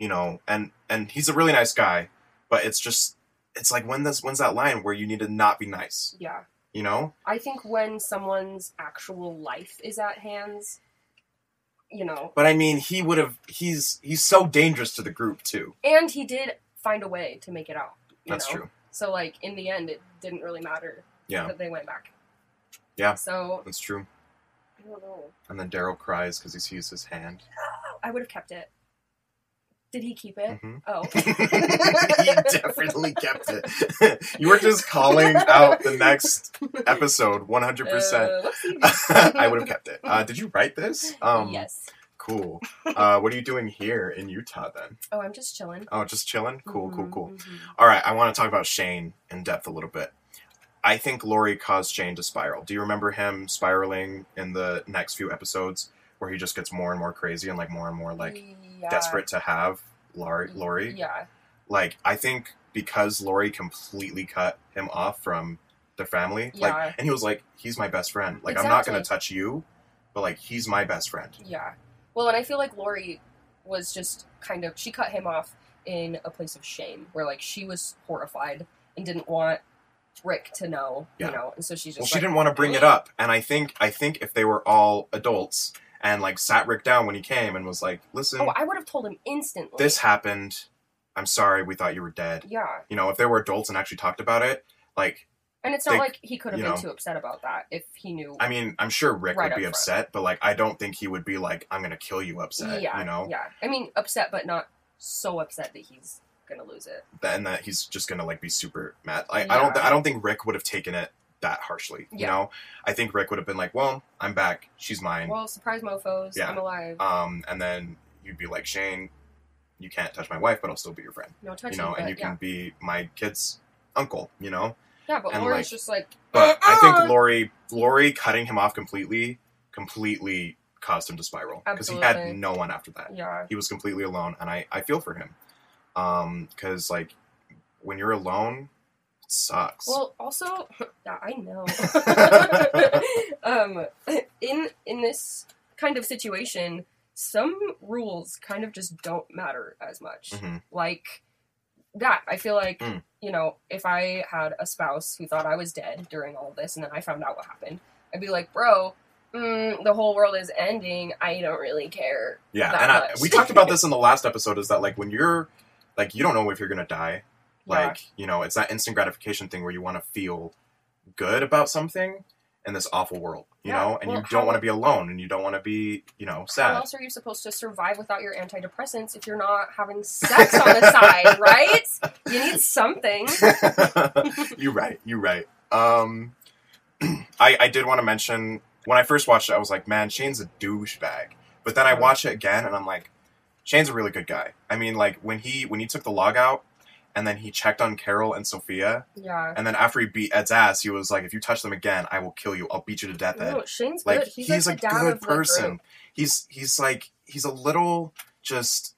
Speaker 1: you know, and and he's a really nice guy, but it's just it's like when this when's that line where you need to not be nice,
Speaker 2: yeah.
Speaker 1: you know?
Speaker 2: I think when someone's actual life is at hands, you know,
Speaker 1: But I mean, he would have he's he's so dangerous to the group too.
Speaker 2: and he did find a way to make it out. you
Speaker 1: That's
Speaker 2: know?
Speaker 1: true.
Speaker 2: So like in the end, it didn't really matter
Speaker 1: Yeah,
Speaker 2: that they went back.
Speaker 1: Yeah.
Speaker 2: So
Speaker 1: that's true.
Speaker 2: I don't know. Oh,
Speaker 1: And then Daryl cries because he sees his hand.
Speaker 2: I would have kept it. Did he keep it?
Speaker 1: Mhm.
Speaker 2: Oh.
Speaker 1: (laughs) he definitely kept it. (laughs) you were just calling out the next episode 100%.
Speaker 2: (laughs) Uh,
Speaker 1: (laughs)
Speaker 2: whoopsie.
Speaker 1: I would have kept it. Uh, did you write this? Um,
Speaker 2: yes.
Speaker 1: Cool. Uh, what are you doing here in Utah then?
Speaker 2: Oh, I'm just chilling.
Speaker 1: Oh, just chilling. Cool, cool,
Speaker 2: Mhm,
Speaker 1: cool.
Speaker 2: mhm.
Speaker 1: All right, I want to talk about Shane in depth a little bit. I think Lori caused Shane to spiral. Do you remember him spiraling in the next few episodes where he just gets more and more crazy and like more and more like desperate to have Laurie. Laurie.
Speaker 2: Mm, Yeah.
Speaker 1: Like I think because Laurie completely cut him off from the family,
Speaker 2: Yeah.
Speaker 1: like, and he was like, "He's my best friend. Like I'm not gonna touch you, but like he's my best friend."
Speaker 2: Yeah. Well, and I feel like Lori was just kind of she cut him off in a place of shame where like she was horrified and didn't want Rick to know,
Speaker 1: Yeah.
Speaker 2: you know, and so she just
Speaker 1: Well, she
Speaker 2: like,
Speaker 1: didn't want to bring it up, and I think I think if they were all adults and like sat Rick down when he came and was like, "Listen,
Speaker 2: Oh, I would have told him instantly.
Speaker 1: this happened. I'm sorry. We thought you were dead."
Speaker 2: Yeah.
Speaker 1: You know, if they were adults and actually talked about it, like
Speaker 2: And it's not
Speaker 1: They-
Speaker 2: like he could have
Speaker 1: you
Speaker 2: been
Speaker 1: know.
Speaker 2: too upset about that if he knew
Speaker 1: I mean, I'm sure Rick
Speaker 2: Right
Speaker 1: would be
Speaker 2: up front.
Speaker 1: upset, but like I don't think he would be like, "I'm gonna kill you," upset.
Speaker 2: Yeah.
Speaker 1: You know,
Speaker 2: Yeah. I mean, upset but not so upset that he's going to lose it.
Speaker 1: That- and that he's just gonna like be super mad. I, I don't.
Speaker 2: Yeah.
Speaker 1: I don't think Rick would have taken it that harshly. You
Speaker 2: Yeah.
Speaker 1: know, I think Rick would have been like, "Well, I'm back. She's mine."
Speaker 2: Well, surprise mofos.
Speaker 1: Yeah.
Speaker 2: I'm alive.
Speaker 1: um, and then you'd be like, "Shane, you can't touch my wife, but I'll still be your friend."
Speaker 2: no touching.
Speaker 1: you know,
Speaker 2: but
Speaker 1: and you
Speaker 2: yeah.
Speaker 1: can be my kid's uncle, you know.
Speaker 2: yeah, but
Speaker 1: and,
Speaker 2: Lori's
Speaker 1: like-
Speaker 2: just like
Speaker 1: But I
Speaker 2: Uh-uh.
Speaker 1: think Lori, Lori cutting him off completely, completely caused him to spiral because he had
Speaker 2: Absolutely.
Speaker 1: no one after that.
Speaker 2: yeah.
Speaker 1: He was completely alone, and I, I feel for him, um, because like when you're alone, it sucks.
Speaker 2: Well, also, (laughs) yeah, I
Speaker 1: (laughs)
Speaker 2: know. um, in in this kind of situation, some rules kind of just don't matter as much.
Speaker 1: Mhm.
Speaker 2: Like that, I feel like
Speaker 1: Mm.
Speaker 2: you know, if I had a spouse who thought I was dead during all this, and then I found out what happened, I'd be like, bro. Mm, the whole world is ending. I don't really care.
Speaker 1: yeah,
Speaker 2: that
Speaker 1: and I,
Speaker 2: much.
Speaker 1: we talked about this in the last episode. Is that like when you're like you don't know if you're gonna die.
Speaker 2: Yeah.
Speaker 1: Like you know, it's that instant gratification thing where you want to feel good about something in this awful world, you
Speaker 2: Yeah,
Speaker 1: know, and
Speaker 2: well,
Speaker 1: you don't
Speaker 2: how-
Speaker 1: want to be alone, and you don't want to be, you know, sad.
Speaker 2: How else are you supposed to survive without your antidepressants if you're not having sex on
Speaker 1: (laughs)
Speaker 2: the side, right? You need something.
Speaker 1: (laughs) you're right. You're right. Um, (clears throat) I, I did want to mention when I first watched it, I was like, man, Shane's a douchebag. But then I watch it again, and I'm like, Shane's a really good guy. I mean, like when he when he took the log out, and then he checked on Carol and Sophia,
Speaker 2: Yeah.
Speaker 1: and then after he beat Ed's ass, he was like, if you touch them again, I will kill you. I'll beat you to death, Ed.
Speaker 2: No, Shane's
Speaker 1: Like
Speaker 2: good.
Speaker 1: he's,
Speaker 2: He's, like,
Speaker 1: a
Speaker 2: the dad
Speaker 1: good
Speaker 2: of the
Speaker 1: person.
Speaker 2: group.
Speaker 1: He's he's like he's a little just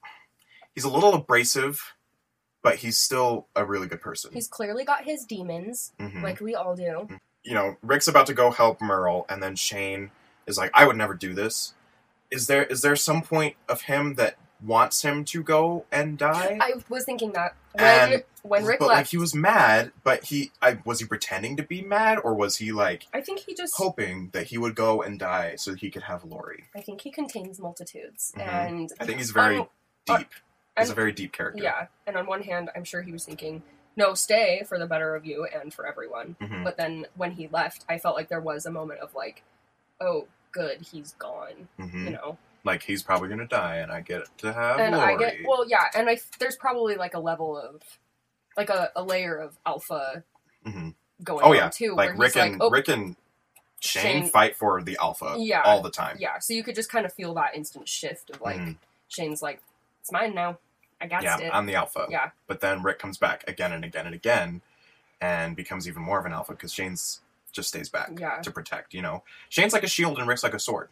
Speaker 1: he's a little abrasive, but he's still a really good person.
Speaker 2: He's clearly got his demons,
Speaker 1: Mhm.
Speaker 2: like we all do.
Speaker 1: you know, Rick's about to go help Merle, and then Shane is like, "I would never do this." Is there is there some point of him that wants him to go and die?
Speaker 2: I was thinking that when
Speaker 1: Mm-hmm. And-
Speaker 2: when Rick
Speaker 1: but like
Speaker 2: left,
Speaker 1: he was mad, but he I, was he pretending to be mad, or was he like
Speaker 2: I think he just
Speaker 1: hoping that he would go and die so that he could have Lori?
Speaker 2: I think he contains multitudes,
Speaker 1: Mhm.
Speaker 2: and
Speaker 1: I think he's very
Speaker 2: on-
Speaker 1: deep.
Speaker 2: on-
Speaker 1: he's a
Speaker 2: I'm-
Speaker 1: very deep character.
Speaker 2: Uh, yeah. And on one hand, I'm sure he was thinking, "No, stay for the better of you and for everyone."
Speaker 1: Mhm.
Speaker 2: But then when he left, I felt like there was a moment of like, "Oh, good, he's gone,"
Speaker 1: Mhm.
Speaker 2: you know.
Speaker 1: Like he's probably gonna die, and I get to have
Speaker 2: and
Speaker 1: Lori.
Speaker 2: I get well, yeah, and I there's probably like a level of like a, a layer of alpha
Speaker 1: Mhm.
Speaker 2: going
Speaker 1: Oh,
Speaker 2: on
Speaker 1: yeah,
Speaker 2: too, where
Speaker 1: Like
Speaker 2: he's
Speaker 1: Rick and
Speaker 2: like, oh,
Speaker 1: Rick and Shane,
Speaker 2: Shane-
Speaker 1: fight for the alpha
Speaker 2: Yeah.
Speaker 1: all the time.
Speaker 2: yeah. So you could just kind of feel that instant shift of like
Speaker 1: Mhm.
Speaker 2: Shane's like, it's mine now, I got
Speaker 1: yeah,
Speaker 2: it.
Speaker 1: I'm the alpha.
Speaker 2: Yeah.
Speaker 1: But then Rick comes back again and again and again, and becomes even more of an alpha because Shane's just stays back
Speaker 2: Yeah.
Speaker 1: to protect. You know, Shane's like a shield and Rick's like a sword.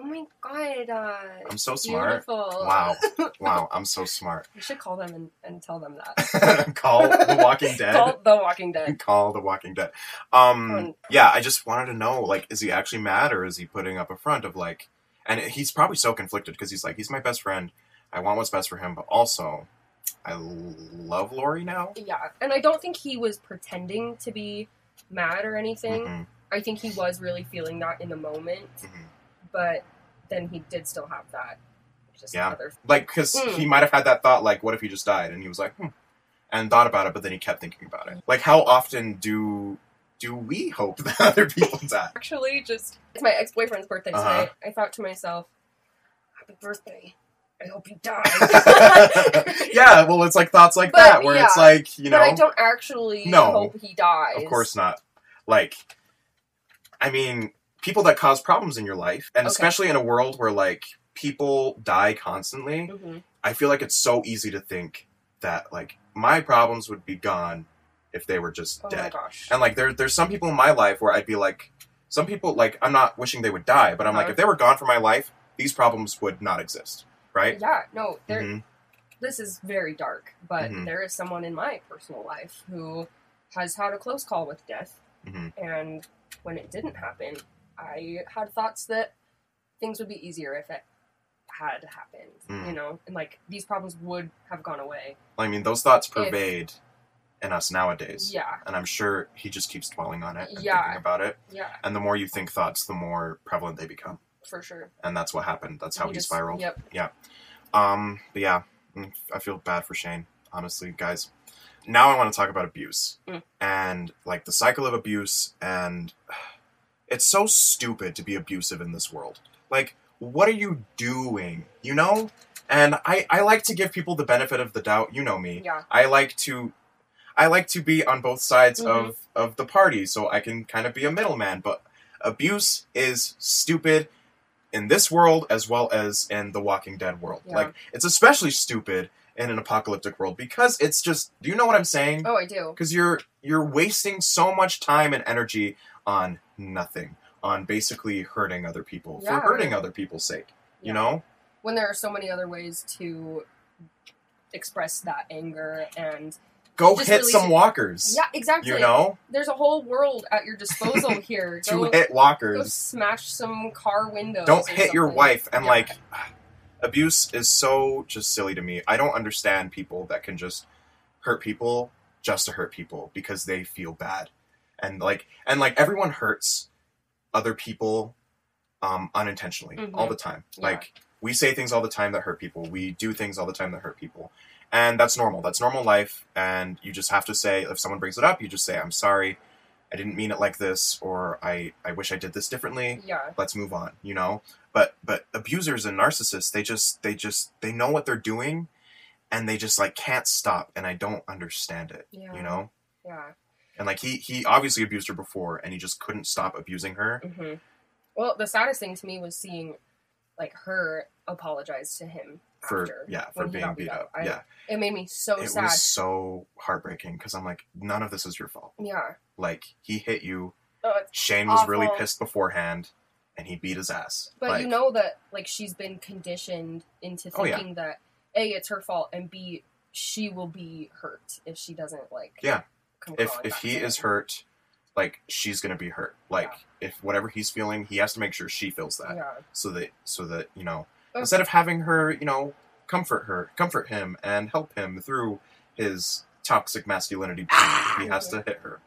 Speaker 2: oh my god, uh,
Speaker 1: I'm so smart.
Speaker 2: beautiful. (laughs)
Speaker 1: Wow, wow, I'm so smart. (laughs)
Speaker 2: We should call them and, and tell them that.
Speaker 1: Call The Walking (laughs) Dead.
Speaker 2: Call The Walking
Speaker 1: (laughs)
Speaker 2: Dead.
Speaker 1: Call The Walking Dead. Um,
Speaker 2: Um,
Speaker 1: yeah, I just wanted to know, like, is he actually mad or is he putting up a front of like, and he's probably so conflicted because he's like, he's my best friend. I want what's best for him, but also, I love Lori now.
Speaker 2: Yeah, and I don't think he was pretending to be mad or anything.
Speaker 1: Mhm,
Speaker 2: I think he was really feeling that in the moment.
Speaker 1: mhm.
Speaker 2: but then he did still have that. Just
Speaker 1: Yeah.
Speaker 2: Other,
Speaker 1: like because
Speaker 2: Mm.
Speaker 1: he might have had that thought like what if he just died and he was like hmm, and thought about it but then he kept thinking about it like how often do do we hope (laughs) that other
Speaker 2: (laughs)
Speaker 1: people die
Speaker 2: actually, just it's my ex boyfriend's birthday
Speaker 1: Uh-huh.
Speaker 2: tonight. I thought to myself, "Happy birthday! I hope you die."
Speaker 1: (laughs) yeah well it's like thoughts like
Speaker 2: But,
Speaker 1: that where it's
Speaker 2: yeah.
Speaker 1: like you
Speaker 2: but I
Speaker 1: know
Speaker 2: don't actually
Speaker 1: No.
Speaker 2: hope he dies.
Speaker 1: of course not like i mean people that cause problems in your life and
Speaker 2: Okay.
Speaker 1: especially in a world where like people die constantly
Speaker 2: Mhm.
Speaker 1: I feel like it's so easy to think that like my problems would be gone if they were just
Speaker 2: Oh my
Speaker 1: dead.
Speaker 2: gosh.
Speaker 1: And like there there's some people in my life where I'd be like some people like I'm not wishing they would die, but I'm like
Speaker 2: Uh-huh.
Speaker 1: if they were gone from my life, these problems would not exist, right?
Speaker 2: Yeah, no, there.
Speaker 1: Mhm.
Speaker 2: This is very dark, but
Speaker 1: Mhm.
Speaker 2: there is someone in my personal life who has had a close call with death,
Speaker 1: Mhm.
Speaker 2: and when it didn't happen, I had thoughts that things would be easier if it had happened,
Speaker 1: Mm.
Speaker 2: you know, and like these problems would have gone away.
Speaker 1: I mean, those thoughts pervade in us nowadays.
Speaker 2: Yeah,
Speaker 1: And I'm sure he just keeps dwelling on it and
Speaker 2: Yeah.
Speaker 1: thinking about it.
Speaker 2: yeah,
Speaker 1: And the more you think thoughts, the more prevalent they become.
Speaker 2: for sure.
Speaker 1: And that's what happened. That's how he,
Speaker 2: just-
Speaker 1: spiraled.
Speaker 2: Yep.
Speaker 1: Um, but yeah, mm, I feel bad for Shane, honestly, guys. Now I want to talk about abuse
Speaker 2: Mm.
Speaker 1: and like the cycle of abuse, and (sighs) it's so stupid to be abusive in this world. Like, what are you doing? You know? And I, I like to give people the benefit of the doubt. You know me.
Speaker 2: Yeah.
Speaker 1: I like to I like to be on both sides
Speaker 2: Mhm.
Speaker 1: of of the party so I can kind of be a middleman, but abuse is stupid in this world as well as in the Walking Dead world.
Speaker 2: Yeah.
Speaker 1: Like it's especially stupid in an apocalyptic world because it's just do you know what I'm saying?
Speaker 2: Oh, I do.
Speaker 1: Cuz you're you're wasting so much time and energy on nothing, on basically hurting other people
Speaker 2: Yeah.
Speaker 1: for hurting other people's sake,
Speaker 2: Yeah.
Speaker 1: you know?
Speaker 2: when there are so many other ways to express that anger and
Speaker 1: Go
Speaker 2: Just
Speaker 1: hit
Speaker 2: release
Speaker 1: some
Speaker 2: it.
Speaker 1: walkers.
Speaker 2: yeah exactly
Speaker 1: You know?
Speaker 2: there's a whole world at
Speaker 1: (laughs)
Speaker 2: your disposal here
Speaker 1: Two
Speaker 2: go,
Speaker 1: hit
Speaker 2: go
Speaker 1: walkers.
Speaker 2: smash some car windows
Speaker 1: don't
Speaker 2: or
Speaker 1: hit your
Speaker 2: something.
Speaker 1: wife and
Speaker 2: Yeah.
Speaker 1: like (sighs) abuse is so just silly to me i don't understand people that can just hurt people just to hurt people because they feel bad and like and like everyone hurts other people um unintentionally
Speaker 2: Mhm.
Speaker 1: all the time
Speaker 2: Yeah.
Speaker 1: like we say things all the time that hurt people we do things all the time that hurt people and that's normal that's normal life and you just have to say if someone brings it up you just say i'm sorry i didn't mean it like this or i i wish i did this differently
Speaker 2: yeah
Speaker 1: let's move on you know but but abusers and narcissists they just they just they know what they're doing and they just like can't stop and i don't understand it
Speaker 2: yeah
Speaker 1: you know
Speaker 2: yeah
Speaker 1: and like he he obviously abused her before and he just couldn't stop abusing her
Speaker 2: hmm well the saddest thing to me was seeing like her apologize to him
Speaker 1: for
Speaker 2: after
Speaker 1: yeah for
Speaker 2: when he
Speaker 1: being
Speaker 2: got
Speaker 1: beat up
Speaker 2: I-
Speaker 1: yeah
Speaker 2: it made me so
Speaker 1: it
Speaker 2: sad
Speaker 1: was so heartbreaking because i'm like none of this is your fault
Speaker 2: yeah
Speaker 1: like he hit you
Speaker 2: Oh, it's-
Speaker 1: shane was really
Speaker 2: Awful.
Speaker 1: pissed beforehand and he beat his ass
Speaker 2: But
Speaker 1: like,
Speaker 2: you know that like she's been conditioned into
Speaker 1: Oh, yeah.
Speaker 2: thinking that a it's her fault and b she will be hurt if she doesn't like
Speaker 1: Yeah.
Speaker 2: Come
Speaker 1: if
Speaker 2: crawling
Speaker 1: if
Speaker 2: back
Speaker 1: he
Speaker 2: to
Speaker 1: is
Speaker 2: him.
Speaker 1: hurt like she's gonna be hurt like if whatever he's feeling he has to make sure she feels that
Speaker 2: yeah
Speaker 1: so that so that you know
Speaker 2: Ugh.
Speaker 1: instead of having her you know comfort her comfort him and help him through his toxic masculinity he has to hit her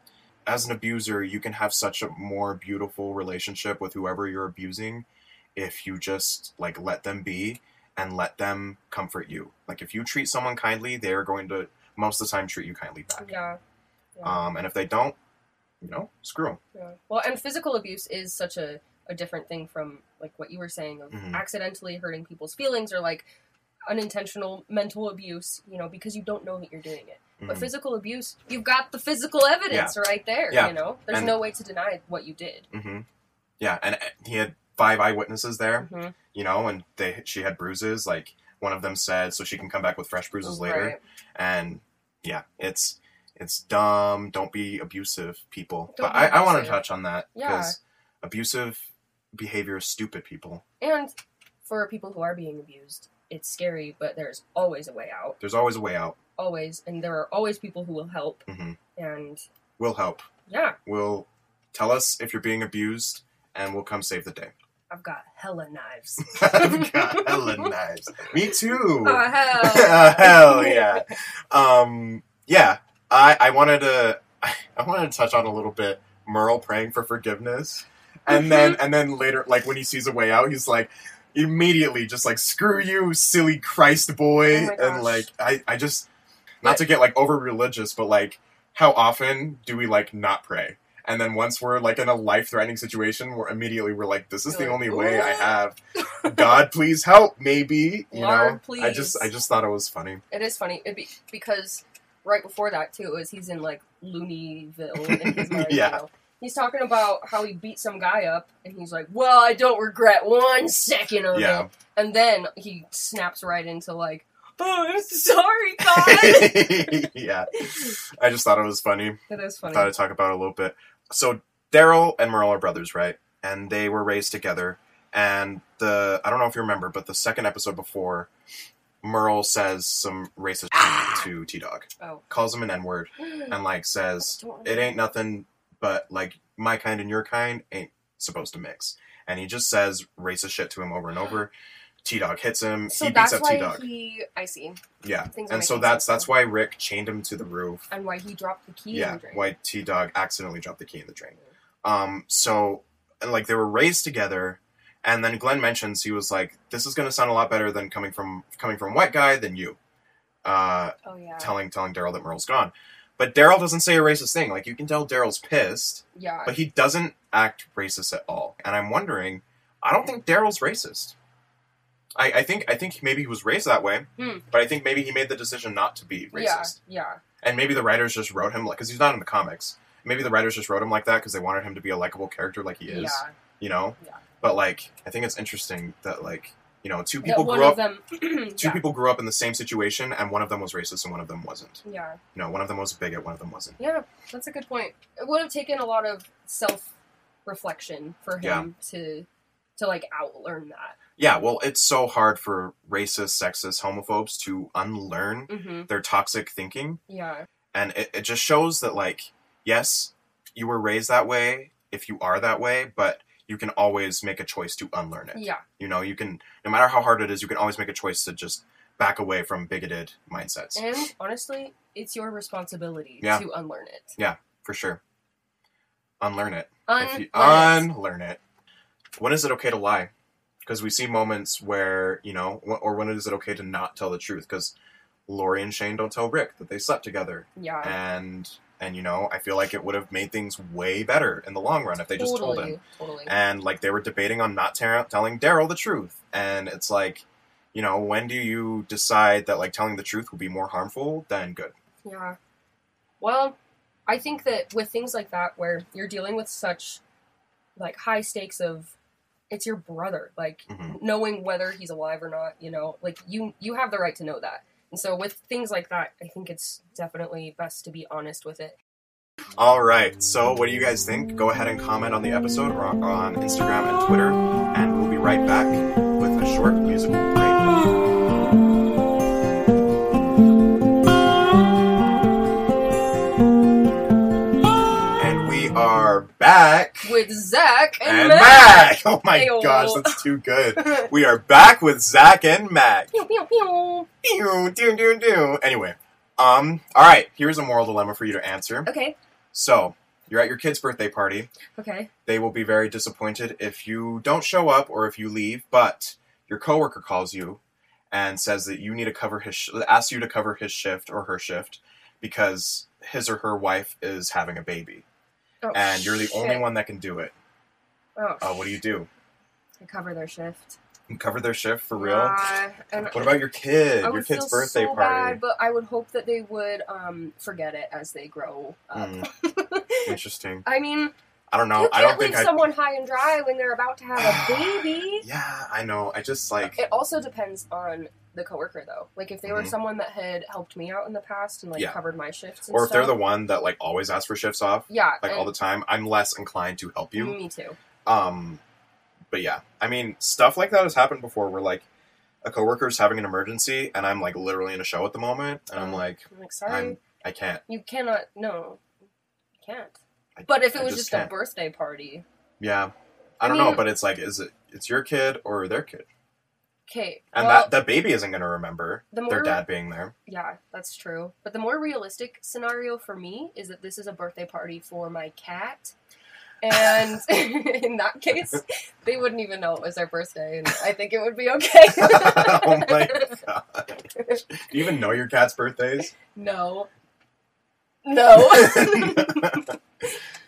Speaker 1: as an abuser you can have such a more beautiful relationship with whoever you're abusing if you just like let them be and let them comfort you like if you treat someone kindly they're going to most of the time treat you kindly back
Speaker 2: yeah yeah,
Speaker 1: um, and if they don't you know screw them
Speaker 2: yeah. well and physical abuse is such a a different thing from like what you were saying of
Speaker 1: Mhm.
Speaker 2: accidentally hurting people's feelings or like unintentional mental abuse you know because you don't know that you're doing it
Speaker 1: Mm-hmm.
Speaker 2: but physical abuse you've got the physical evidence right there
Speaker 1: Yeah.
Speaker 2: you know there's
Speaker 1: And-
Speaker 2: no way to deny what you did
Speaker 1: Mm-hmm. Yeah, and uh, he had five eyewitnesses there,
Speaker 2: hmm
Speaker 1: you know, and they she had bruises. Like one of them said, so she can come back with fresh bruises later.
Speaker 2: Oh, Right.
Speaker 1: And yeah, it's it's dumb. Don't be abusive, people.
Speaker 2: Don't
Speaker 1: but
Speaker 2: be
Speaker 1: I, I want to
Speaker 2: abusive.
Speaker 1: touch on that
Speaker 2: Yeah.
Speaker 1: because abusive behavior is stupid, people.
Speaker 2: And for people who are being abused, it's scary, but there's always a way out.
Speaker 1: There's always a way out.
Speaker 2: Always. And there are always people who will help.
Speaker 1: Mhm.
Speaker 2: And
Speaker 1: We'll help.
Speaker 2: yeah,
Speaker 1: We'll tell us if you're being abused, and we'll come save the day. (laughs)
Speaker 2: I've got hella knives.
Speaker 1: I've got
Speaker 2: (laughs)
Speaker 1: hella knives. Me too. (laughs)
Speaker 2: Oh, (laughs) hell.
Speaker 1: Uh, hell yeah. Um, yeah, I, I wanted to (laughs) I wanted to touch on a little bit Merle praying for forgiveness, and then
Speaker 2: Mm-hmm.
Speaker 1: and then later, like when he sees a way out, he's like immediately just like screw you, silly Christ
Speaker 2: Oh
Speaker 1: boy,
Speaker 2: my
Speaker 1: and
Speaker 2: gosh.
Speaker 1: like I I just not to get like over religious, but like how often do we like not pray? And then once we're like in a life threatening situation, we're immediately we're like, this is
Speaker 2: You're
Speaker 1: the
Speaker 2: like,
Speaker 1: only way I
Speaker 2: "Ooh."
Speaker 1: have. God, please help. Maybe you know.
Speaker 2: Lord,
Speaker 1: I just I
Speaker 2: please.
Speaker 1: just thought it was
Speaker 2: (laughs)
Speaker 1: funny.
Speaker 2: It is funny it be, because right before that, too, is he's in like Looneyville. And
Speaker 1: (laughs)
Speaker 2: he's like,
Speaker 1: Yeah.
Speaker 2: you know, He's talking about how he beat some guy up, and he's like, "Well, I don't regret one second of
Speaker 1: Yeah.
Speaker 2: it." And then he snaps right into like, "Oh, I'm sorry, God."
Speaker 1: (laughs) yeah. I just thought it was funny.
Speaker 2: That is funny.
Speaker 1: Thought I'd talk about it a little bit. So Daryl and Merle are brothers, right? And they were raised together. And the I don't know if you remember, but the second episode before, Merle says some racist to T Dog, (laughs)
Speaker 2: Oh.
Speaker 1: calls him an N word, and like says
Speaker 2: Don't
Speaker 1: it
Speaker 2: remember.
Speaker 1: ain't nothing but like my kind and your kind ain't supposed to mix. And he just says racist shit to him over and over. T Dog hits him.
Speaker 2: So
Speaker 1: he beats
Speaker 2: that's
Speaker 1: up T
Speaker 2: why
Speaker 1: Dog.
Speaker 2: he. I see.
Speaker 1: Yeah,
Speaker 2: Things are
Speaker 1: and so
Speaker 2: making
Speaker 1: that's
Speaker 2: sense
Speaker 1: that's why Rick chained him to the roof.
Speaker 2: And why he dropped the key.
Speaker 1: yeah,
Speaker 2: in the drink.
Speaker 1: why T Dog accidentally dropped the key in the drain. Um, so and, like they were raised together, and then Glenn mentions he was like, "This is going to sound a lot better than coming from coming from white guy than you," uh,
Speaker 2: Oh yeah.
Speaker 1: telling telling Daryl that Merle's gone. But Daryl doesn't say a racist thing. Like you can tell Daryl's pissed,
Speaker 2: yeah.
Speaker 1: but he doesn't act racist at all. And I'm wondering, I don't think Daryl's racist. I, I think I think maybe he was raised that way,
Speaker 2: Hmm.
Speaker 1: but I think maybe he made the decision not to be racist
Speaker 2: yeah. Yeah.
Speaker 1: and maybe the writers just wrote him like because he's not in the comics. Maybe the writers just wrote him like that because they wanted him to be a likable character, like he is.
Speaker 2: Yeah.
Speaker 1: You know.
Speaker 2: Yeah.
Speaker 1: But like, I think it's interesting that like you know two
Speaker 2: That
Speaker 1: people
Speaker 2: one
Speaker 1: grew
Speaker 2: of
Speaker 1: up.
Speaker 2: them. (clears throat)
Speaker 1: Two
Speaker 2: yeah.
Speaker 1: people grew up in the same situation, and one of them was racist, and one of them wasn't.
Speaker 2: Yeah.
Speaker 1: You know, one of them was a bigot, one of them wasn't.
Speaker 2: Yeah. That's a good point. It would have taken a lot of self reflection for him to to like outlearn that.
Speaker 1: Yeah, well, it's so hard for racist, sexist, homophobes to unlearn
Speaker 2: Mm-hmm.
Speaker 1: their toxic thinking
Speaker 2: Yeah.
Speaker 1: and it, it just shows that like yes you were raised that way if you are that way but you can always make a choice to unlearn it
Speaker 2: Yeah.
Speaker 1: you know you can no matter how hard it is you can always make a choice to just back away from bigoted mindsets
Speaker 2: And honestly, it's your responsibility
Speaker 1: Yeah.
Speaker 2: to unlearn it.
Speaker 1: for sure unlearn it if
Speaker 2: Unlearn
Speaker 1: you
Speaker 2: it.
Speaker 1: unlearn it when is it okay to lie because we see moments where you know wh- or when is it okay to not tell the truth because Lori and Shane don't tell Rick that they slept together
Speaker 2: yeah.
Speaker 1: and and you know i feel like it would have made things way better in the long run if they just told him
Speaker 2: Totally. Totally.
Speaker 1: and like they were debating on not tar- telling daryl the truth and it's like you know when do you decide that like telling the truth will be more harmful than good
Speaker 2: Yeah. Well, I think that with things like that, where you're dealing with such like high stakes of it's your brother, like
Speaker 1: Mhm.
Speaker 2: knowing whether he's alive or not, you know, like you you have the right to know that. And so with things like that, I think it's definitely best to be honest with it.
Speaker 1: all right so what do you guys think go ahead and comment on the episode or on- on instagram and twitter and we'll be right back with a short musical break and we are back
Speaker 2: With Zach and,
Speaker 1: and
Speaker 2: Matt.
Speaker 1: Mac. Oh my
Speaker 2: Ayo.
Speaker 1: gosh, that's too good. We are back with Zach and Mac.
Speaker 2: (laughs) pew, pew, pew.
Speaker 1: Pew, do, do, do. Anyway, um, all right. Here's a moral dilemma for you to answer.
Speaker 2: Okay.
Speaker 1: So you're at your kid's birthday party.
Speaker 2: Okay.
Speaker 1: They will be very disappointed if you don't show up or if you leave. But your coworker calls you and says that you need to cover his, sh- asks you to cover his shift or her shift because his or her wife is having a baby,
Speaker 2: Oh,
Speaker 1: and you're the only
Speaker 2: shit.
Speaker 1: one that can do it.
Speaker 2: Oh,
Speaker 1: Uh, what do you do?
Speaker 2: I cover their shift.
Speaker 1: You cover their shift for real?
Speaker 2: Yeah, and
Speaker 1: What about your kid?
Speaker 2: I
Speaker 1: Your
Speaker 2: would
Speaker 1: kid's
Speaker 2: feel
Speaker 1: birthday
Speaker 2: so
Speaker 1: party.
Speaker 2: Bad, (laughs) but I would hope that they would um, forget it as they grow up.
Speaker 1: Interesting.
Speaker 2: I mean,
Speaker 1: I don't know.
Speaker 2: you
Speaker 1: Hmm. I
Speaker 2: can't
Speaker 1: don't
Speaker 2: leave
Speaker 1: think I.
Speaker 2: someone high and dry when they're about to have
Speaker 1: (sighs)
Speaker 2: a baby.
Speaker 1: Yeah, I know. I just like.
Speaker 2: It also depends on the coworker, though. Like if they were
Speaker 1: Mhm.
Speaker 2: someone that had helped me out in the past and like
Speaker 1: Yeah.
Speaker 2: covered my shifts, and
Speaker 1: Or if they're the
Speaker 2: stuff,
Speaker 1: one that like always asks for shifts off,
Speaker 2: yeah,
Speaker 1: like all
Speaker 2: and-
Speaker 1: the time, I'm less inclined to help you.
Speaker 2: me too.
Speaker 1: Um, but yeah, I mean, stuff like that has happened before. Where like a coworker's having an emergency, and I'm like literally in a show at the moment, and I'm
Speaker 2: Mhm.
Speaker 1: like,
Speaker 2: I'm like, sorry,
Speaker 1: I'm I can't.
Speaker 2: you cannot. No, you can't.
Speaker 1: I-
Speaker 2: But if
Speaker 1: I
Speaker 2: it was
Speaker 1: just
Speaker 2: just,
Speaker 1: can't.
Speaker 2: a birthday party,
Speaker 1: Yeah, I
Speaker 2: I
Speaker 1: don't know.
Speaker 2: mean-
Speaker 1: But it's like, is it? It's your kid or their kid,
Speaker 2: okay,
Speaker 1: and
Speaker 2: well,
Speaker 1: that that baby isn't gonna remember
Speaker 2: the
Speaker 1: their
Speaker 2: more-
Speaker 1: dad being
Speaker 2: (laughs)
Speaker 1: there. (laughs)
Speaker 2: Yeah, that's true. But the more realistic scenario for me is that this is a birthday party for my cat.
Speaker 1: (laughs)
Speaker 2: And (laughs) in that case, they wouldn't even know it was their birthday, and I think it would be okay. (laughs)
Speaker 1: oh my god. Do you even know your cat's birthdays? (laughs)
Speaker 2: No. No. but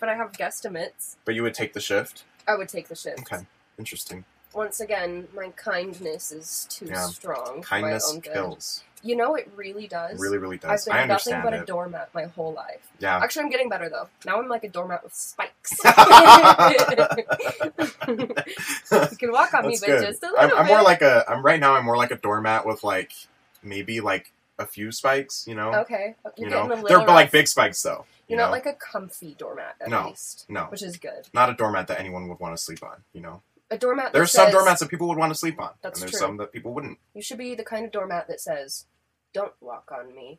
Speaker 2: I have guesstimates.
Speaker 1: but you would take the shift?
Speaker 2: I would take the shift.
Speaker 1: Okay. Interesting.
Speaker 2: Once again, my kindness is too
Speaker 1: Yeah.
Speaker 2: strong. for my
Speaker 1: Kindness
Speaker 2: own good.
Speaker 1: kills.
Speaker 2: You know, it really does.
Speaker 1: Really, really
Speaker 2: I've
Speaker 1: does.
Speaker 2: been
Speaker 1: I
Speaker 2: nothing
Speaker 1: understand
Speaker 2: but a
Speaker 1: it.
Speaker 2: doormat my whole life.
Speaker 1: Yeah.
Speaker 2: (laughs) Actually, I'm getting better though. Now I'm like a doormat with
Speaker 1: (laughs)
Speaker 2: spikes. (laughs)
Speaker 1: (laughs)
Speaker 2: you can walk on me,
Speaker 1: That's
Speaker 2: but
Speaker 1: good.
Speaker 2: just a little
Speaker 1: I'm, I'm
Speaker 2: bit.
Speaker 1: more like a. I'm right now. I'm more like a doormat with like maybe like a few spikes. You know.
Speaker 2: okay, you're
Speaker 1: You
Speaker 2: getting a
Speaker 1: know.
Speaker 2: little.
Speaker 1: They're
Speaker 2: rough.
Speaker 1: like big spikes though. You
Speaker 2: You're
Speaker 1: know.
Speaker 2: not like a comfy doormat at
Speaker 1: No.
Speaker 2: least,
Speaker 1: no.
Speaker 2: which is good.
Speaker 1: Not a doormat that anyone would want to sleep on. You know.
Speaker 2: a doormat.
Speaker 1: There are
Speaker 2: that
Speaker 1: some
Speaker 2: says-
Speaker 1: doormats that people would want to sleep on,
Speaker 2: That's
Speaker 1: and there's
Speaker 2: true.
Speaker 1: some that people wouldn't.
Speaker 2: You should be the kind of doormat that says, "Don't walk on
Speaker 1: (laughs)
Speaker 2: me."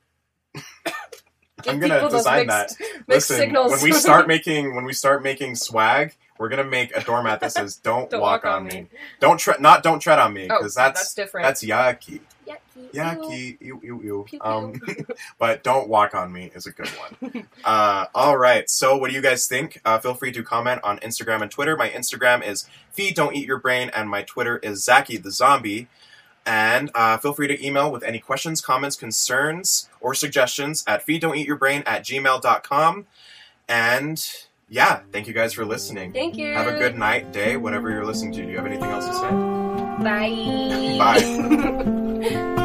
Speaker 1: I'm gonna design
Speaker 2: (laughs) mixed
Speaker 1: Listen,
Speaker 2: signals.
Speaker 1: when we start making when we start making swag, we're gonna make a doormat that says "Don't,
Speaker 2: (laughs) (laughs) Don't
Speaker 1: walk, on me. Don't tre- not don't tread on me
Speaker 2: Oh,
Speaker 1: because
Speaker 2: that's
Speaker 1: that's
Speaker 2: different.
Speaker 1: that's yucky,
Speaker 2: yucky.
Speaker 1: yucky, ew, ew, ew.
Speaker 2: Pew, pew.
Speaker 1: Um, (laughs) but "Don't walk on me" is a good one. uh, all right, so what do you guys think? Uh, feel free to comment on Instagram and Twitter. My Instagram is Fee Don't Eat Your Brain, and my Twitter is Zaki the Zombie. And uh, feel free to email with any questions, comments, concerns, or suggestions at feed don't eat your brain at gmail.com. And yeah, thank you guys for listening.
Speaker 2: Thank you.
Speaker 1: Have a good night, day, whatever you're listening to. Do you have anything else to say?
Speaker 2: Bye.
Speaker 1: Bye.
Speaker 2: Bye.